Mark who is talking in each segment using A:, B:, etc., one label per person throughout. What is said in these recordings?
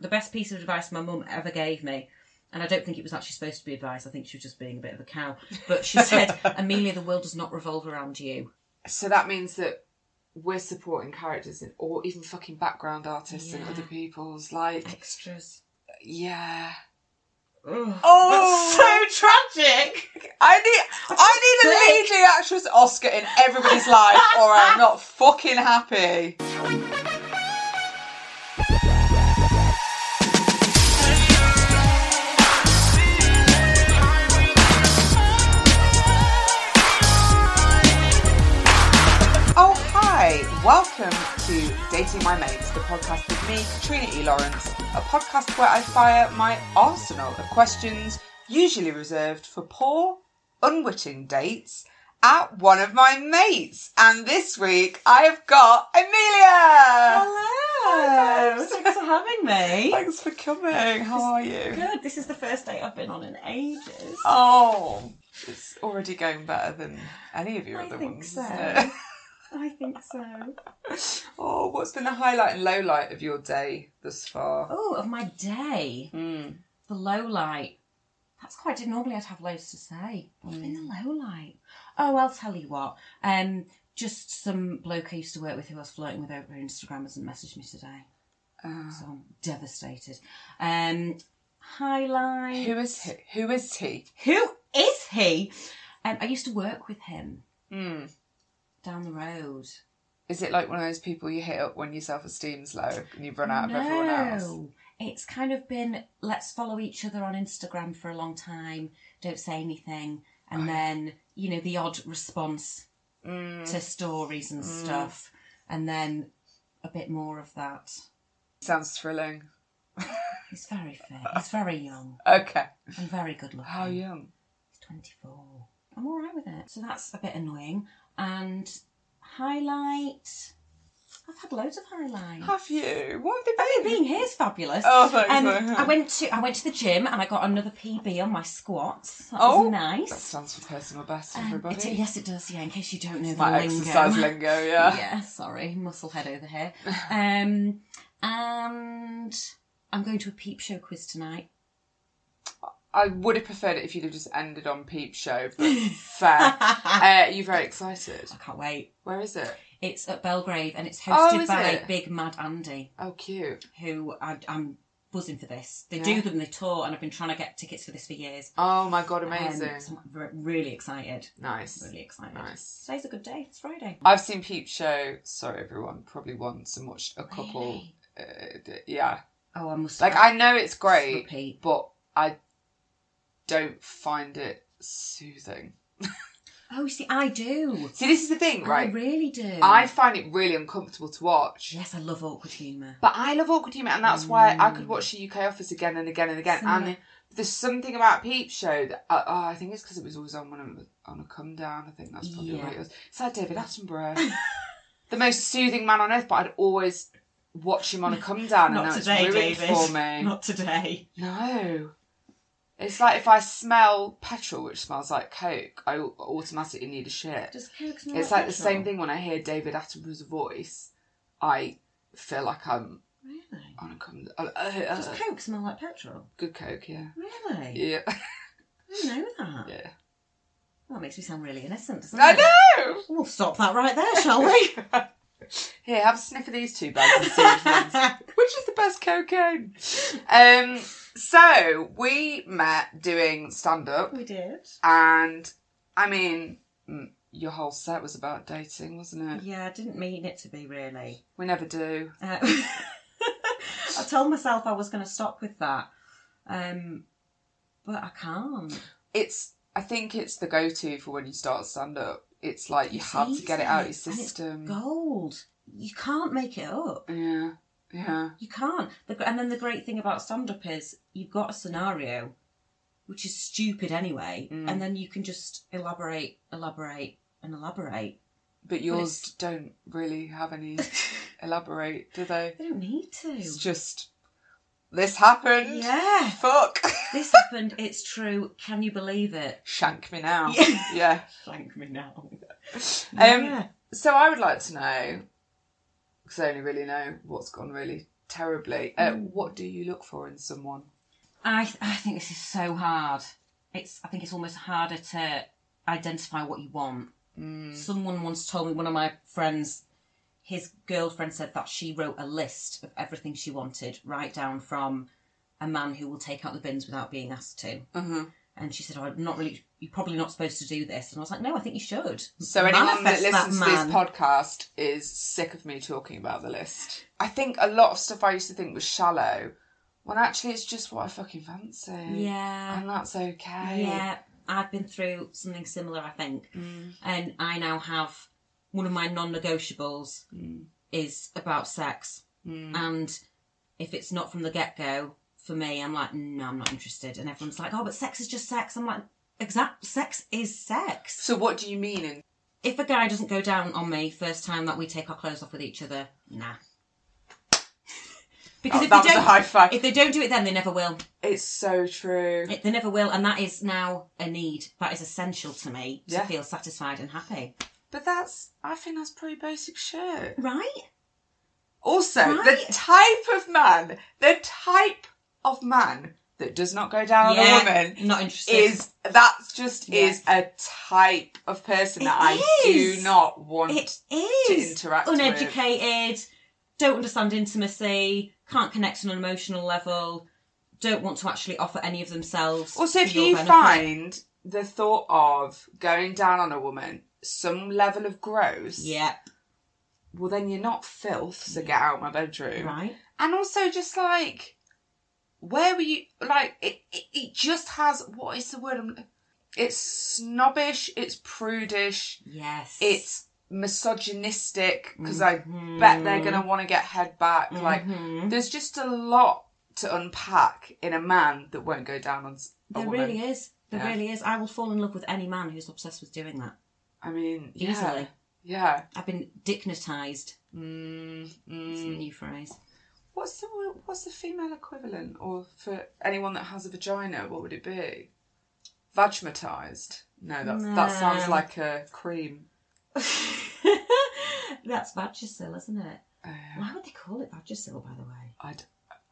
A: the best piece of advice my mum ever gave me, and I don't think it was actually supposed to be advice, I think she was just being a bit of a cow, but she said, Amelia, the world does not revolve around you.
B: So that means that we're supporting characters and or even fucking background artists and
A: Yeah.
B: other people's like
A: Extras.
B: yeah.
A: Ugh.
C: Oh,
B: so tragic.
C: I need I need a lead lead actress Oscar in everybody's life, or I'm not fucking happy. Oh hi! Welcome to Dating My Mates, the podcast with me, Katrina E. Lawrence, a podcast where I fire my arsenal of questions usually reserved for poor, unwitting dates at one of my mates. And this week I have got Amelia!
A: Hello. Thanks for having me.
C: Thanks for coming. How are you?
A: Good. This is the first date I've been on in ages.
C: Oh, it's already going better than any of your
A: I
C: other
A: think
C: ones.
A: so.
C: isn't it?
A: I think so.
C: Oh, what's been the highlight and low light of your day thus far?
A: Oh, of my day,
C: Mm.
A: the low light. That's quite. Normally, I'd have loads to say. What's been the low light? Oh, I'll tell you what. Um, just some bloke I used to work with who I was flirting with over Instagram hasn't messaged me today,
C: Uh,
A: so I'm devastated. Um, highlight.
C: who is he? Who is he?
A: Who is he? Um, I used to work with him
C: Mm.
A: down the road.
C: Is it like one of those people you hit up when your self esteem's low and you've run out of everyone else?
A: No. It's kind of been let's follow each other on Instagram for a long time, don't say anything, and then, you know, the odd response
C: Mm.
A: to stories and stuff, and then a bit more of that.
C: Sounds thrilling.
A: He's very fair. He's very young
C: Okay.
A: and very good looking.
C: How young?
A: He's 24. I'm all right with it. So that's a bit annoying. And highlight. I've had loads of highlights.
C: Have you? What have they been?
A: Being here is fabulous.
C: Oh, thanks,
A: Um,
C: Maya.
A: I went to I went to the gym and I got another PB on my squats. That
C: Oh,
A: was nice.
C: That stands for personal best,
A: Um,
C: everybody.
A: it- yes, it does. Yeah, in case you don't know the
C: My
A: lingo.
C: exercise lingo, yeah.
A: yeah, sorry, muscle head over here. Um, and I'm going to a peep show quiz tonight.
C: I would have preferred it if you'd have just ended on Peep Show, but fair. Uh, you're very excited.
A: I can't wait.
C: Where is it?
A: It's at Belgrave and it's
C: Oh,
A: hosted
C: is
A: by
C: it?
A: Big Mad Andy,
C: Oh, cute.
A: who I, I'm buzzing for this. They
C: Yeah.
A: do them, they tour, and I've been trying to get tickets for this for years.
C: Oh my god,
A: Um,
C: amazing.
A: so I'm re- really excited.
C: nice.
A: Really excited.
C: Nice.
A: Today's a good day. It's Friday.
C: I've seen Peep Show, sorry everyone, probably once and watched a couple.
A: Really?
C: Uh, d- yeah.
A: Oh, I must.
C: Like, I know it's great,
A: Repeat.
C: but I don't find it soothing.
A: Oh, see, I do.
C: See, this is the thing,
A: I
C: right?
A: really do.
C: I find it really uncomfortable to watch.
A: Yes, I love awkward humour.
C: But I love awkward humour, and that's why I
A: Mm.
C: could watch the UK Office again and again and again.
A: Similar.
C: And there's something about Peep Show that uh, oh, I think it's because it was always on when it was on a come down. I think that's probably
A: Yeah.
C: what it was. It's like David Attenborough, the most soothing man on earth. But I'd always watch him on a come down, and
A: Not
C: now
A: today,
C: it's ruined
A: David.
C: for me.
A: Not today.
C: No. It's like if I smell petrol, which smells like coke, I au- automatically need a shit.
A: Does Coke smell
C: It's like
A: like
C: the
A: petrol?
C: same thing when I hear David Attenborough's voice. I feel like I'm
A: Really?
C: on a come. Uh, uh, uh,
A: Does Coke smell like petrol?
C: good coke, yeah,
A: Really?
C: yeah,
A: I didn't know that.
C: yeah.
A: Well, it makes me sound really innocent, doesn't
C: I
A: it?
C: know.
A: We'll stop that right there, shall we?
C: Here, have a sniff of these two bags. And see which, one's- which is the best cocaine? Um. So we met doing stand up,
A: we did.
C: and I mean, mm, your whole set was about dating, wasn't it?
A: Yeah, I didn't mean it to be really.
C: We never do.
A: Uh, I told myself I was going to stop with that, um, but I can't.
C: It's. I think it's the go-to for when you start stand up. It's like you
A: It's
C: have to get it out of your
A: easy, and it's
C: system.
A: Gold. You can't make it up.
C: Yeah. Yeah.
A: You can't. The, gr- and then the great thing about stand up is you've got a scenario, which is stupid anyway,
C: Mm.
A: and then you can just elaborate, elaborate, and elaborate.
C: But yours
A: it's-
C: don't really have any elaborate, do they?
A: They don't need
C: It's
A: to.
C: just this happened.
A: Yeah,
C: Fuck.
A: this happened. It's true. Can you believe it?
C: Shank me now.
A: Yeah.
C: Yeah.
A: Thank me now.
C: Um,
A: Yeah.
C: So I would like to know, because I only really know what's gone really terribly. Uh,
A: Mm.
C: What do you look for in someone?
A: I th- I think this is so hard. It's I think it's almost harder to identify what you want. Mm. Someone once told me one of my friends, his girlfriend said that she wrote a list of everything she wanted, right down from a man who will take out the bins without being asked to.
C: Mm-hmm.
A: And she said, oh, "I'm not really. You're probably not supposed to do this." And I was like, "No, I think you should."
C: So anyone that
A: Manifest
C: listens to
A: man.
C: this podcast
D: Is sick of me talking about the list.
C: I think a lot of stuff I used to think was shallow, when actually it's just what I fucking fancy.
A: Yeah.
C: And that's okay.
A: Yeah, I've been through something similar, I think. And I now have one of my non negotiables is about sex.
C: Mm.
A: And if it's not from the get go, for me, I'm like, no, I'm not interested. And everyone's like, oh, but sex is just sex. I'm like, exact sex is sex.
C: So what do you mean in
A: If a guy doesn't go down on me first time that we take our clothes off with each other, nah. Because
C: that
A: if they
C: was a
A: don't,
C: high five.
A: if they don't do it, then they never will.
C: It's so true.
A: It, they never will, and that is now a need. That is essential to me to
C: Yeah.
A: feel satisfied and happy.
C: But that's I think that's pretty basic shit.
A: Right?
C: Also,
A: Right.
C: the type of man, the type of man that does not go down on a woman
A: Not interested.
C: is that just
A: Yeah.
C: is a type of person
A: It
C: that I
A: is.
C: do not want.
A: it is
C: interact with.
A: uneducated. Don't understand intimacy. Can't connect on an emotional level. Don't want to actually offer any of themselves.
C: Also,
A: for
C: if
A: your
C: you
A: benefit.
C: find the thought of going down on a woman some level of gross,
A: yeah,
C: well, then you're not filth, so get out of my bedroom.
A: right.
C: And also, just like, where were you? Like, it, it, it just has what is the word? I'm- It's snobbish, it's prudish,
A: Yes,
C: it's misogynistic, because I bet
A: Mm-hmm.
C: they're going to want to get head back. Like, there's just a lot to unpack in a man that won't go down on s- a
A: There
C: woman.
A: really is. There
C: Yeah.
A: really is. I will fall in love with any man who's obsessed with doing that
C: I mean, yeah.
A: easily.
C: Yeah.
A: I've been dignitized.
C: Mm,
A: It's a
C: mm.
A: new phrase.
C: What's the what's the female equivalent, or for anyone that has a vagina, what would it be? Vagmatized. No, that's, that sounds
A: No.
C: like a cream.
A: That's Vagisil, isn't it?
C: Uh,
A: Why would they call it Vagisil, by the way?
C: I'd,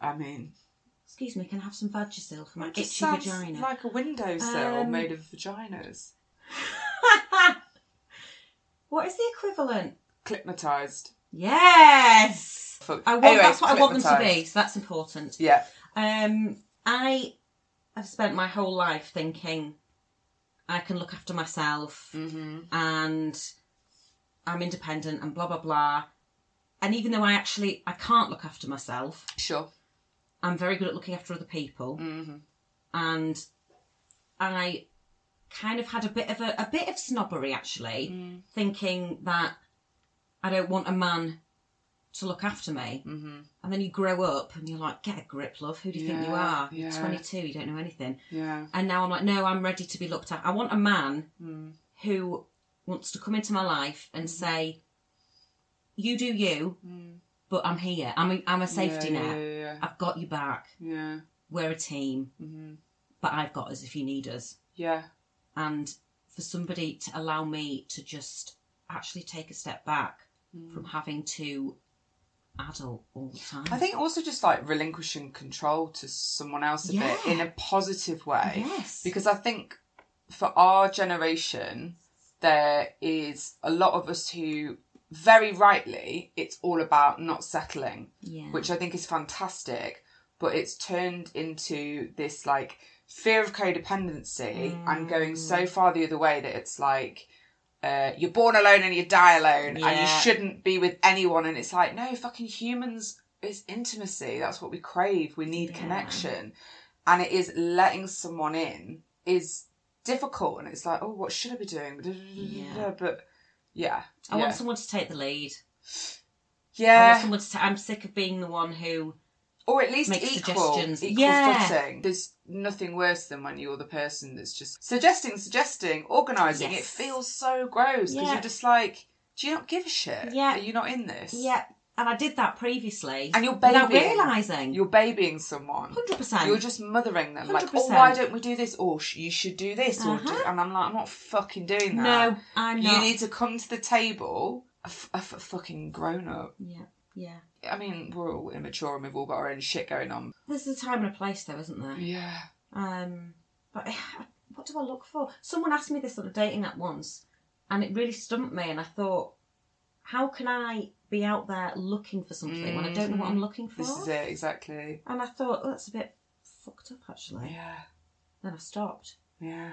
C: I mean,
A: Excuse me, can I have some Vagisil for my
C: it just
A: itchy
C: sounds
A: vagina?
C: like a windowsill
A: Um,
C: made of vaginas.
A: what is the equivalent?
C: Clipmatized.
A: Yes!
C: Fuck.
A: I want,
C: Anyway,
A: that's what I want them to be,
C: clipmatized.
A: so that's important.
C: Yeah.
A: Um, I have spent my whole life thinking I can look after myself
C: Mm. Mm-hmm.
A: and I'm independent and blah blah blah. And even though I actually I can't look after myself,
C: Sure. Mm-hmm.
A: I'm very good at looking after other people, and I kind of had a bit of a, a bit of snobbery actually,
C: Mm-hmm.
A: thinking that I don't want a man to look after me. Mm-hmm. And then you grow up and you're like, get a grip, love. Who do you think you
C: Yeah,
A: are? You're
C: yeah.
A: 22, you don't know anything.
C: Yeah.
A: And now I'm like, no, I'm ready to be looked at. I want a man
C: Mm-hmm.
A: who wants to come into my life and say, you do you, but I'm here. I'm a, I'm a safety
C: yeah,
A: net.
C: Yeah. Yeah.
A: I've got you back
C: Yeah. Mm-hmm.
A: we're a team, but I've got us if you need us.
C: yeah.
A: And for somebody to allow me to just actually take a step back
C: Mm-hmm.
A: from having to adult all the time.
C: I think also just like relinquishing control to someone else a
A: Yeah.
C: bit in a positive way.
A: Yes.
C: Because I think for our generation, there is a lot of us who, very rightly, it's all about not settling,
A: yeah.
C: which I think is fantastic, but it's turned into this like fear of codependency and
A: Mm.
C: going so far the other way that it's like, uh, you're born alone and you die alone and you
A: Yeah.
C: shouldn't be with anyone and it's like no fucking humans is intimacy that's what we crave we need
A: Yeah.
C: connection and it is letting someone in is difficult and it's like oh what should i be doing
A: Yeah.
C: but yeah
A: I
C: yeah
A: want someone to take the lead. I want
C: yeah
A: someone to ta- I'm sick of being the one who
C: or at least
A: make
C: equal equal
A: suggestions. Yeah.
C: footing there's nothing worse than when you're the person that's just suggesting suggesting organizing it
A: Yes.
C: feels so gross because
A: Yeah.
C: you're just like do you not give a shit
A: Yeah.
C: are you not in this
A: Yeah. And I did that previously.
C: And you're
A: without
C: babying.
A: realising.
C: You're babying someone.
A: 100%.
C: You're just mothering them. Like,
A: 100%.
C: oh, why don't we do this? Or sh- you should do this. Or do-.
A: Uh-huh.
C: And I'm like, I'm not fucking doing that.
A: No, I'm
C: you
A: not.
C: need to come to the table a, f- a f- a fucking grown up.
A: yeah. Yeah.
C: I mean, we're all immature and we've all got our own shit going on.
A: There's a time and a place, though, isn't there?
C: Yeah.
A: Um, but what do I look for? Someone asked me this on a dating app once, and it really stumped me. And I thought, how can I be out there looking for something when I don't know what I'm looking for?
C: Mm-hmm. This is it, exactly.
A: And I thought, oh, that's a bit fucked up, actually.
C: Yeah.
A: Then I stopped.
C: Yeah.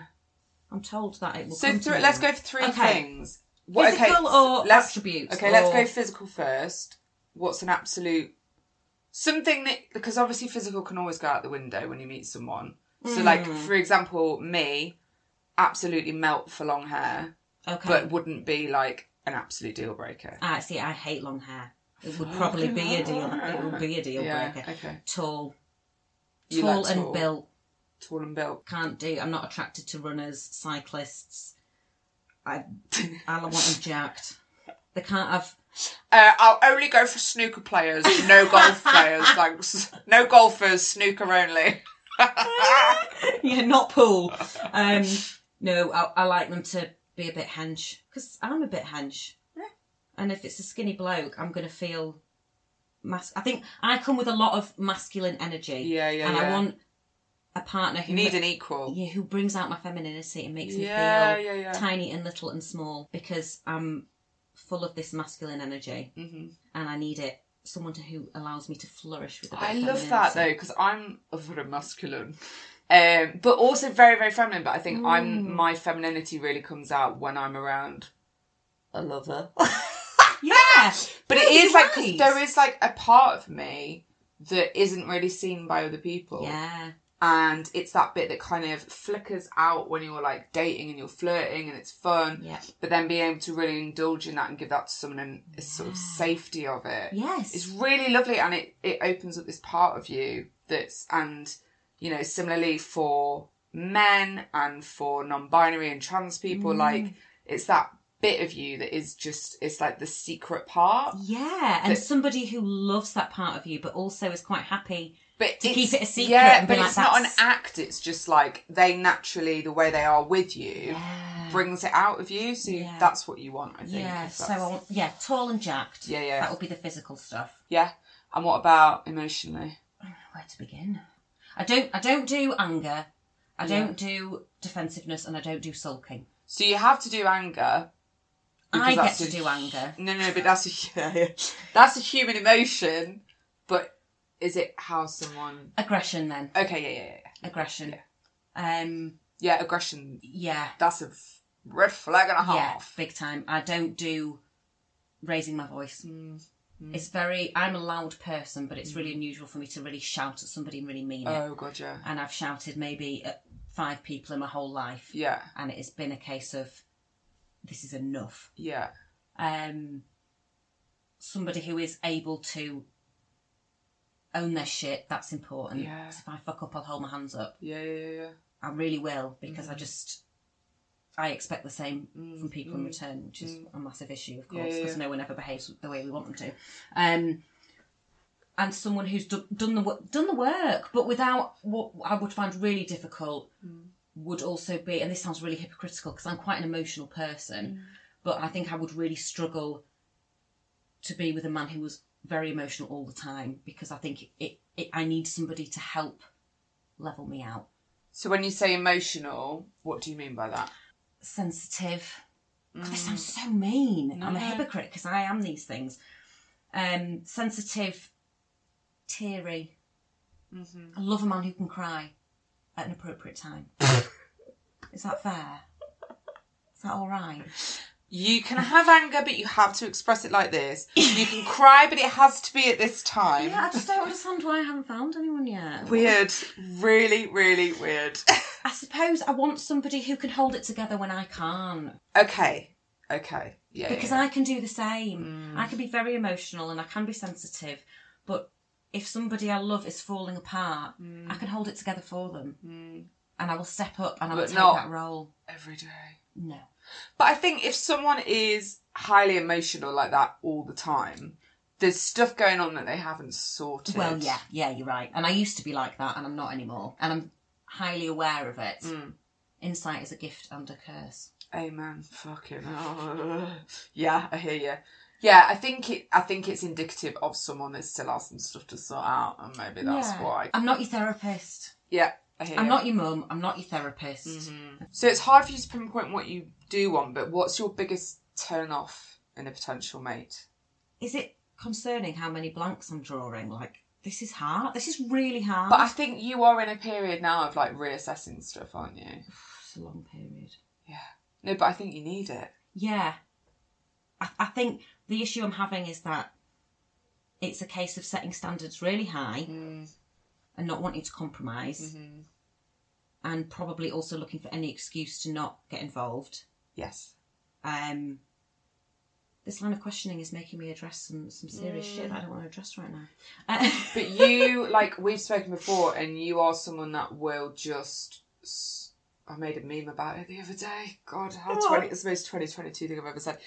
A: I'm told that it will.
C: So
A: come to
C: three,
A: me.
C: let's go for three
A: Okay.
C: things. What,
A: Physical or
C: let's-
A: attributes
C: Okay, let's
A: or-
C: go physical first. What's an absolute something that because obviously physical can always go out the window when you meet someone. So like
A: Hmm.
C: for example, me absolutely melt for long hair,
A: Okay.
C: but wouldn't be like an absolute deal breaker.
A: Ah, see, I hate long hair. It would probably be a deal. It would be a deal
C: Yeah,
A: breaker.
C: okay.
A: Tall,
C: You
A: tall
C: like
A: and
C: tall.
A: built.
C: Tall and built.
A: Can't do. I'm not attracted to runners, cyclists. I, I want them jacked. They can't have.
C: Uh, I'll only go for snooker players, no golf players. Thanks. No golfers, snooker only.
A: yeah, not pool. Um, no, I, I like them to be a bit hench because I'm a bit hench. And if it's a skinny bloke, I'm gonna feel. Mas- I think I come with a lot of masculine energy.
C: Yeah, yeah,
A: And I
C: yeah.
A: want a partner who
C: You need an equal.
A: yeah, who brings out my femininity and makes me
C: Yeah,
A: feel
C: yeah, yeah.
A: tiny and little and small because I'm full of this masculine energy
C: Mm-hmm.
A: and I need it. Someone to, who allows me to flourish with a bit
C: I
A: of
C: love that though
A: femininity.
C: because I'm very masculine, um, but also very very feminine. But I think
A: Mm.
C: I'm my femininity really comes out when I'm around a lover.
A: Yeah,
C: but
A: No,
C: it is
A: you're
C: like 'cause
A: right.
C: there is like a part of me that isn't really seen by other people,
A: yeah,
C: and it's that bit that kind of flickers out when you're like dating and you're flirting and it's fun.
A: Yeah.
C: But then being able to really indulge in that and give that to someone and a sort of safety of it.
A: yes,
C: It's really lovely and it, it opens up this part of you that's, and you know, similarly for men and for non binary and trans people,
A: Mm.
C: like it's that bit of you that is just, it's like the secret part.
A: yeah, and
C: that-
A: somebody who loves that part of you, but also is quite happy.
C: But
A: To
C: it's-
A: keep it a secret
C: Yeah,
A: and be
C: but
A: like,
C: it's not an
A: "That's-"
C: act, it's just like they naturally, the way they are with you,
A: Yeah.
C: brings it out of you. So
A: Yeah.
C: that's what you want, I think.
A: Yeah,
C: if
A: so I
C: that's-
A: want yeah, tall and jacked.
C: Yeah, yeah.
A: that would be the physical stuff.
C: yeah. And what about emotionally?
A: where to begin. I don't I don't do anger, I don't do defensiveness, and I don't do sulking.
C: So you have to do anger.
A: I
C: because
A: get
C: that's
A: to
C: a
A: do anger.
C: No, no, but that's a yeah, yeah. that's a human emotion. But is it how someone?
A: Aggression then.
C: Okay, yeah, yeah, yeah, yeah.
A: Aggression. Um
C: yeah. Aggression.
A: yeah.
C: That's a f- red flag and a
A: Yeah,
C: half.
A: big time. I don't do raising my voice.
C: Mm.
A: It's very I'm a loud person, but it's really unusual for me to really shout at somebody and really mean it.
C: Oh god, yeah,
A: And I've shouted maybe at five people in my whole life.
C: yeah,
A: And it has been a case of this is enough.
C: yeah,
A: um, somebody who is able to own their shit. That's important.
C: Yeah.
A: So if I fuck up, I'll hold my hands up.
C: yeah, yeah, yeah, yeah.
A: I really will because
C: Mm-hmm.
A: I just I expect the same from people in return, which is a massive issue, of course,
C: Mm-hmm. yeah,
A: because no one ever behaves the way we want them to. Um, and someone who's do- done the wo- done the work, but without what I would find really difficult
C: Mm.
A: would also be, and this sounds really hypocritical because I'm quite an emotional person,
C: Mm.
A: but I think I would really struggle to be with a man who was very emotional all the time because I think it, it I need somebody to help level me out.
C: So when you say emotional, what do you mean by that?
A: sensitive. God, that sounds so mean. I'm a
C: Mm. No.
A: hypocrite because I am these things. Um, sensitive, teary.
C: Mm-hmm.
A: I love a man who can cry at an appropriate time. Is that fair? Is that all right?
C: You can have anger, but you have to express it like this. You can cry, but it has to be at this time.
A: Yeah, I just don't understand why I haven't found anyone yet.
C: Weird, really, really weird.
A: I suppose I want somebody who can hold it together when I can't.
C: okay, okay, yeah,
A: because
C: yeah.
A: I can do the
C: Mm.
A: same. I can be very emotional and I can be sensitive, but if somebody I love is falling apart,
C: Mm.
A: I can hold it together for them, and I will step up and I will
C: But
A: take
C: not-
A: that role.
C: Mm. every day.
A: No,
C: But I think if someone is highly emotional like that all the time, there's stuff going on that they haven't sorted.
A: well, yeah, yeah, you're right. And I used to be like that, and I'm not anymore, and I'm highly aware of it.
C: Mm.
A: Insight is a gift and a curse.
C: Amen. Fucking. hell. Yeah, I hear you. Yeah, I think it. I think it's indicative of someone that still has some stuff to sort out, and maybe that's
A: Yeah.
C: why.
A: I'm not your therapist.
C: Yeah, Mm-hmm. I hear.
A: I'm
C: you.
A: not your mum. I'm not your therapist.
C: So it's hard for you to pinpoint what you do want, but what's your biggest turn off in a potential mate?
A: Is it concerning how many blanks I'm drawing? Like, this is hard. This is really hard.
C: But I think you are in a period now of like reassessing stuff, aren't you?
A: It's a long period.
C: No, but I think you need it.
A: Yeah. I, I think the issue I'm having is that it's a case of setting standards really high and not wanting to compromise
C: Mm-hmm.
A: and probably also looking for any excuse to not get involved.
C: Yes.
A: Um, this line of questioning is making me address some, some serious shit that I don't want to address right now. Uh,
C: But you, like we've spoken before, and you are someone that will just. s- I made a meme about it the other day. God, how
A: Oh.
C: 20, it's the most 2022 thing I've ever said.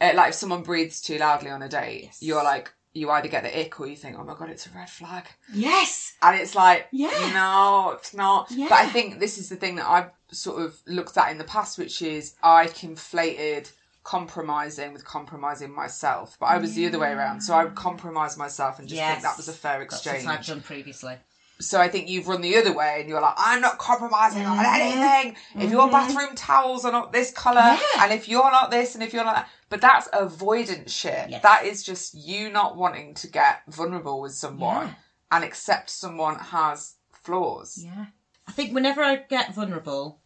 C: Uh, like, if someone breathes too loudly on a date,
A: Yes.
C: you're like, you either get the ick or you think, oh my God, it's a red flag.
A: yes!
C: And it's like,
A: Yeah.
C: no, it's not.
A: Yeah.
C: But I think this is the thing that I've sort of looked at in the past, which is I conflated compromising with compromising myself. But I was the other way around. So I would compromise myself and just
A: Yes.
C: think that was a fair
A: That's the
C: exchange.
A: type done previously.
C: So I think you've run the other way and you're like, I'm not compromising on
A: Mm-hmm.
C: anything. If your bathroom towels are not this colour, and if you're not this, and if you're not that. But that's avoidance shit.
A: Yes.
C: That is just you not wanting to get vulnerable with someone
A: Yeah.
C: and accept someone has flaws.
A: Yeah. I think whenever I get vulnerable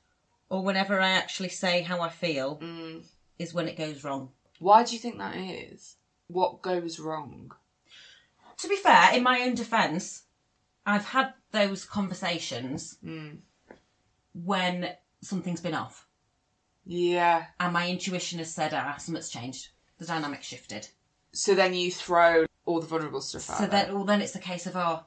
A: or whenever I actually say how I feel
C: Mm.
A: is when it goes wrong.
C: Why do you think that is? What goes wrong?
A: To be fair, in my own defence, I've had those conversations
C: Mm.
A: when something's been off
C: Yeah.
A: and my intuition has said, ah, something's changed. The dynamic shifted.
C: So then you throw all the vulnerable stuff out.
A: So
C: there.
A: then, well, then it's a case of, oh,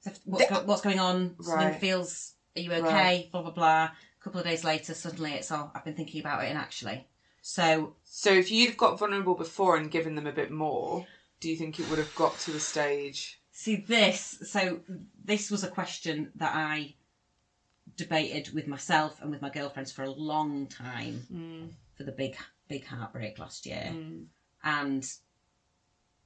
A: so what's, go- what's going on? Something
C: Right.
A: feels, are you okay?
C: Right.
A: Blah, blah, blah. A couple of days later, suddenly it's, oh, I've been thinking about it and actually. So
C: So if you'd got vulnerable before and given them a bit more, do you think it would have got to a stage?
A: See this. So this was a question that I debated with myself and with my girlfriends for a long time for the big big heartbreak last year, and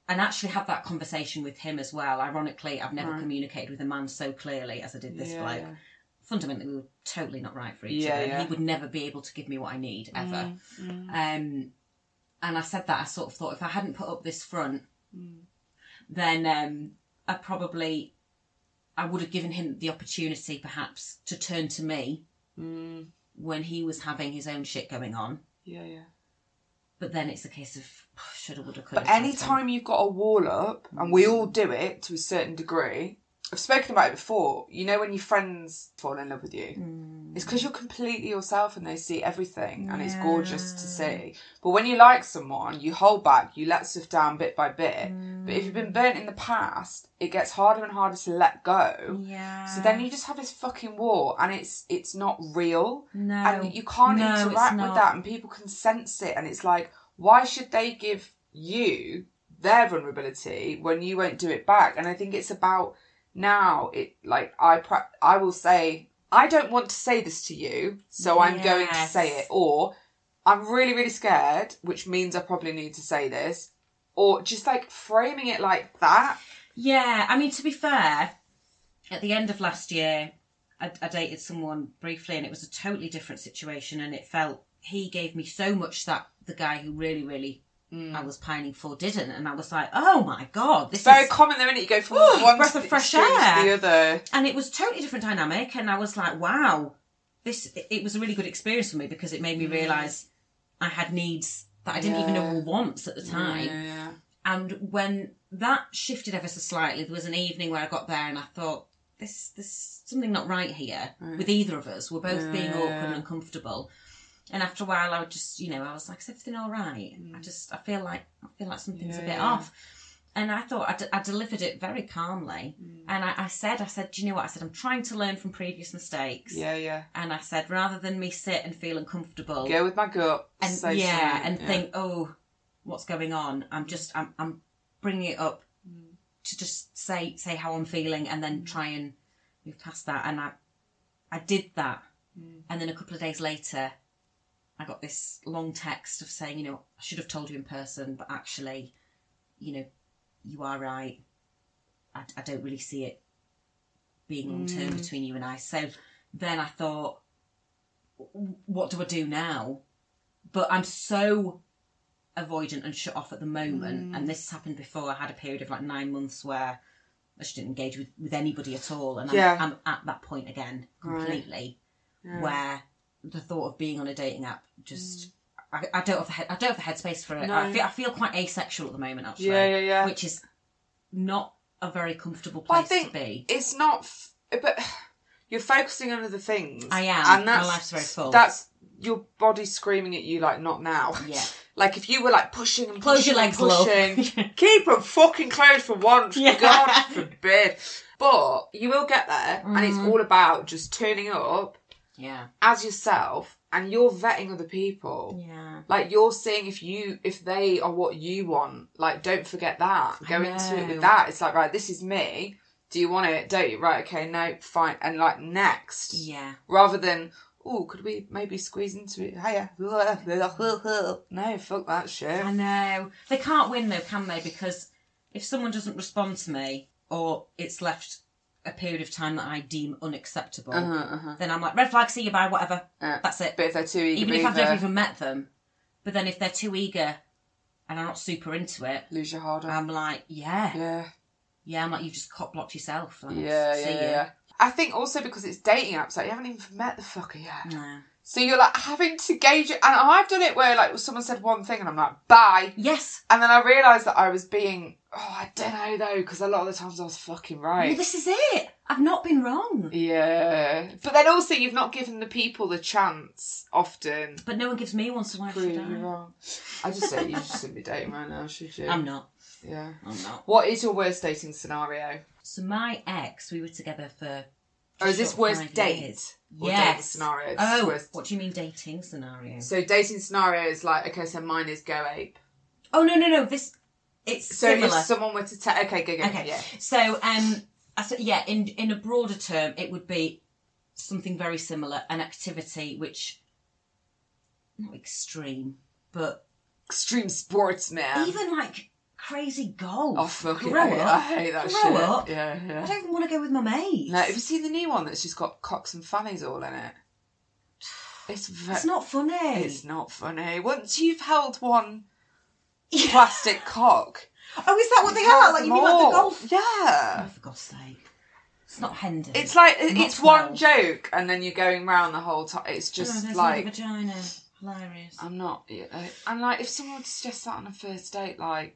A: and actually had that conversation with him as well. Ironically, I've never communicated with a man so clearly as I did this
C: Yeah,
A: bloke.
C: yeah.
A: Fundamentally, we were totally not right for each
C: Yeah,
A: other. and
C: yeah. Mm.
A: He would never be able to give me what I need ever.
C: Mm-hmm.
A: Um, and I said that I sort of thought if I hadn't put up this front,
C: Mm.
A: then um, I probably I would have given him the opportunity perhaps to turn to me when he was having his own shit going on.
C: Mm-hmm. Yeah, yeah.
A: But then it's a case of "Oh, should have, would have, could
C: But any time you've got a wall up, and
A: Mm.
C: we all do it to a certain degree, I've spoken about it before. You know when your friends fall in love with you,
A: Mm.
C: it's because you're completely yourself and they see everything, and it's gorgeous to see. But when you like someone, you hold back, you let stuff down bit by bit. But if you've been burnt in the past, it gets harder and harder to let go.
A: Mm, Yeah.
C: So then you just have this fucking wall, and it's it's not real,
A: No.
C: and you can't
A: No, it's
C: interact with
A: not.
C: that, and people can sense it, and it's like, why should they give you their vulnerability when you won't do it back? And I think it's about now. It like I pra- I will say I don't want to say this to you, so I'm going to
A: Yes.
C: say it, or I'm really really scared, which means I probably need to say this, or just like framing it like that.
A: Yeah, I mean, to be fair, at the end of last year, I, I dated someone briefly, and it was a totally different situation, and it felt he gave me so much that the guy who really, really I was pining for didn't, and I was like, oh my god, this
C: Mm. Very
A: is.
C: common though, is You go from
A: Ooh,
C: one
A: breath
C: to
A: of
C: the
A: fresh
C: extreme to
A: air.
C: the other.
A: and it was totally different dynamic, and I was like, wow, this. It, it was a really good experience for me because it
C: Mm.
A: made me realise I had needs that I didn't even know were wants at the time.
C: Yeah.
A: And when that shifted ever so slightly, there was an evening where I got there and I thought, this, there's something not right here with either of us. We're both being awkward and uncomfortable. And after a while, I would just, you know, I was like, is everything all right? I just, I feel like, I feel like something's a bit off. And I thought I, d- I delivered it very calmly. And I, I said, I said, do you know what? I said, I'm trying to learn from previous mistakes.
C: Yeah, yeah.
A: And I said, rather than me sit and feel uncomfortable,
C: Go with my gut.
A: and
C: say
A: yeah,
C: something,
A: and think, oh, what's going on? I'm just, I'm, I'm bringing it up to just say, say how I'm feeling, and then try and move past that. And I, I did that, and then a couple of days later, I got this long text of saying, you know, I should have told you in person, but actually, you know, you are right. I, I don't really see it being long term between you and I. So then I thought, w- what do I do now? But I'm so avoidant and shut off at the moment. And this has happened before. I had a period of like nine months where I just didn't engage with, with anybody at all. And I'm,
C: Yeah.
A: I'm at that point again completely
C: Mm.
A: where the thought of being on a dating app just. I, I don't have the head, I don't have the headspace for it. I
C: No.
A: feel I feel quite asexual at the moment actually,
C: Yeah, yeah, yeah.
A: which is not a very comfortable
C: Well, I
A: place to
C: think
A: be.
C: it's not, f- but you're focusing on other things.
A: I am.
C: and
A: My
C: that's,
A: life's very full.
C: That's your body screaming at you, like not now.
A: Yeah.
C: like if you were like pushing and
A: Close
C: pushing
A: your
C: and
A: legs, love.
C: pushing, keep them fucking closed for once.
A: Yeah.
C: God forbid. But you will get there, and
A: Mm.
C: it's all about just turning up
A: Yeah,
C: as yourself, and you're vetting other people.
A: yeah.
C: Like you're seeing if you if they are what you want. Like don't forget that. Go into it
A: know.
C: with that. It's like right, this is me. Do you want it? Don't you? Right, okay, no, fine. And like next.
A: Yeah.
C: Rather than oh, could we maybe squeeze into it? Hiya. No, fuck that shit.
A: I know. They can't win though, can they? Because if someone doesn't respond to me or it's left a period of time that I deem unacceptable,
C: Uh-huh.
A: then I'm like, red flag, see you bye, whatever.
C: Yeah.
A: That's it.
C: But if they're too eager,
A: uh-huh. even if I've never
C: either,
A: even met them. But then if they're too eager and I'm not super into it,
C: lose your hard on.
A: I'm like, yeah, Ah, yeah,
C: Yeah,
A: I'm like, you've just cop blocked yourself. Like,
C: yeah,
A: see
C: yeah,
A: you.
C: yeah. I think also because it's dating apps, like you haven't even met the fucker yet.
A: No.
C: So you're like having to gauge it. And I've done it where like someone said one thing and I'm like, bye.
A: Yes.
C: And then I realised that I was being, oh, I don't know though, because a lot of the times I was fucking
A: Well,
C: right.
A: this is it. I've not been wrong.
C: Yeah. But then also, you've not given the people the chance often.
A: But no one gives me one, so why
C: Prove
A: should
C: you
A: I?
C: wrong. I just say you just shouldn't be dating right now, should you?
A: I'm not.
C: Yeah.
A: I'm not.
C: What is your worst dating scenario?
A: So my ex, we were together for.
C: Or Oh,
A: just
C: is this
A: short of
C: worst
A: five
C: date?
A: years.
C: Or dating
A: Yes.
C: scenario? This is
A: Oh,
C: worst-
A: what do you mean dating scenario?
C: So dating scenario is like, okay, so mine is go ape.
A: Oh no no no! This it's
C: So
A: similar.
C: if someone were to tell, okay, go, go,
A: Okay.
C: yeah.
A: So, um, I s- yeah, in in a broader term, it would be something very similar, an activity which not extreme, but
C: Extreme sportsman.
A: even like crazy golf.
C: oh, fuck it.
A: grow
C: I, I
A: up.
C: hate that
A: Grow
C: shit.
A: up.
C: Yeah, yeah.
A: I don't even want to go with my mates.
C: No, have you seen the new one that's just got cocks and fannies all in it? It's ve-
A: it's not funny.
C: It's not funny. Once you've held one plastic cock,
A: oh, is that what they
C: held
A: are? Like you
C: them
A: mean like
C: all.
A: the golf?
C: Yeah.
A: Oh, for God's sake! It's not Hendon.
C: It's like
A: Not
C: it's one
A: twelve.
C: joke, and then you're going round the whole time. It's
A: Oh, there's
C: just
A: another
C: like Um,
A: vagina. Hilarious.
C: I'm not. yeah, I- And like, if someone were to suggest that on a first date, like,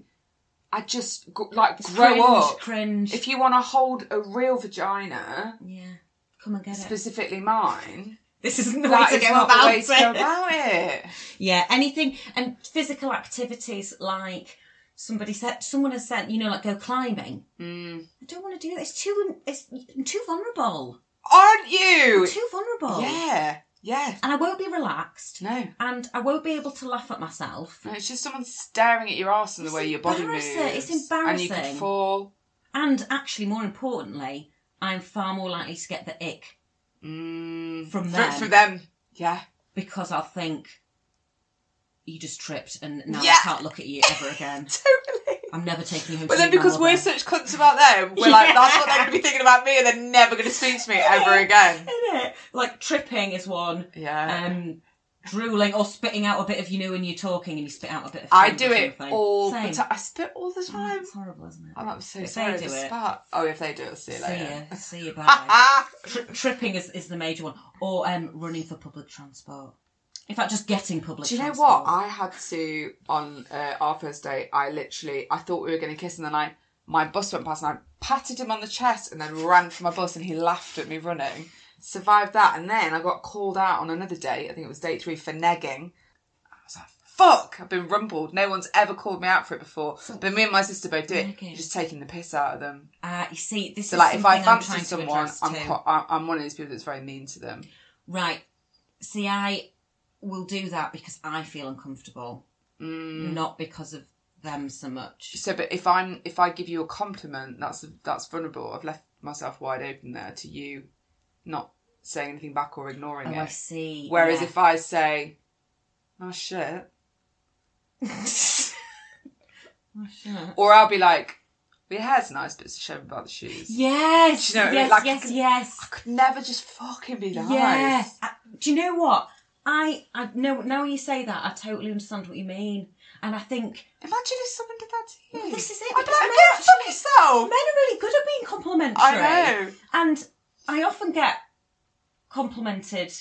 C: I just gr- like
A: It's
C: grow
A: cringe,
C: up.
A: Cringe.
C: If you want to hold a real vagina,
A: yeah. Come and get it.
C: specifically mine,
A: This isn't the
C: that is not the way to go about it.
A: Yeah, anything and physical activities like somebody said, someone has said, you know, like go climbing.
C: Mm.
A: I don't want to do that. It's too, it's I'm too vulnerable.
C: Aren't
A: I'm
C: you?
A: too vulnerable.
C: Yeah, yeah.
A: And I won't be relaxed,
C: No,
A: and I won't be able to laugh at myself.
C: no, it's just someone staring at your ass and the
A: It's
C: way your body moves.
A: embarrassing. It's
C: And you could
A: embarrassing.
C: fall.
A: And actually, more importantly, I'm far more likely to get the ick
C: Mm.
A: from
C: From,
A: them
C: from them. Yeah.
A: because I'll think you just tripped, and now
C: Yeah.
A: I can't look at you ever again.
C: Totally.
A: I'm never taking you home.
C: But
A: to
C: then
A: meet my
C: because we're
A: mother.
C: such cunts about them, we're like, that's what they're going to be thinking about me and they're never going to speak to me ever again.
A: Isn't it? Like tripping is one.
C: Yeah.
A: um, drooling or spitting out a bit of you know when you're talking and you spit out a bit of.
C: I
A: foam
C: do
A: or
C: it
A: something.
C: all
A: Same.
C: the time. I spit all the
A: Oh,
C: time.
A: it's horrible, isn't it?
C: Oh, I'm so
A: If they
C: sorry.
A: do
C: the
A: it-
C: spat. Oh, if they do it, see you
A: See
C: later.
A: ya, see you, bye.
C: Ah,
A: Tri- tripping is, is the major one, or um, running for public transport. In fact, just getting public.
C: Do you know
A: transport.
C: what? I had to on uh, our first date. I literally, I thought we were going to kiss, and then I, my bus went past, and I patted him on the chest, and then ran for my bus, and he laughed at me running. Survived that, and then I got called out on another date. I think it was date three for negging. I was like, "Fuck! I've been rumbled. No one's ever called me out for it before." But me and my sister both do it.
A: Negging.
C: You're just taking the piss out of them.
A: Uh, you see, this
C: So,
A: is
C: like, if I
A: something I'm
C: fancy
A: trying to
C: someone,
A: address
C: I'm
A: too.
C: quite, I- I'm one of those people that's very mean to them.
A: Right. See, I will do that because I feel uncomfortable,
C: Mm.
A: not because of them so much.
C: So, but if I'm if I give you a compliment, that's that's vulnerable. I've left myself wide open there to you, not saying anything back or ignoring
A: Oh, I
C: it.
A: see.
C: Whereas
A: yeah.
C: if I say, nice shit.
A: Oh, shit.
C: Or I'll be like, well, your hair's nice, but it's a shame about the shoes.
A: Yes,
C: Do you know,
A: yes,
C: like-
A: yes, yes.
C: I could never just fucking be nice.
A: Yes. I- Uh, do you know what? I I know now you say that I totally understand what you mean, and I think
C: Imagine if someone did that to you.
A: well, this is it.
C: I'd be
A: because
C: like,
A: men
C: Hmm. get
A: actually-
C: for yourself.
A: men are really good at being complimentary.
C: I know.
A: and I often get complimented.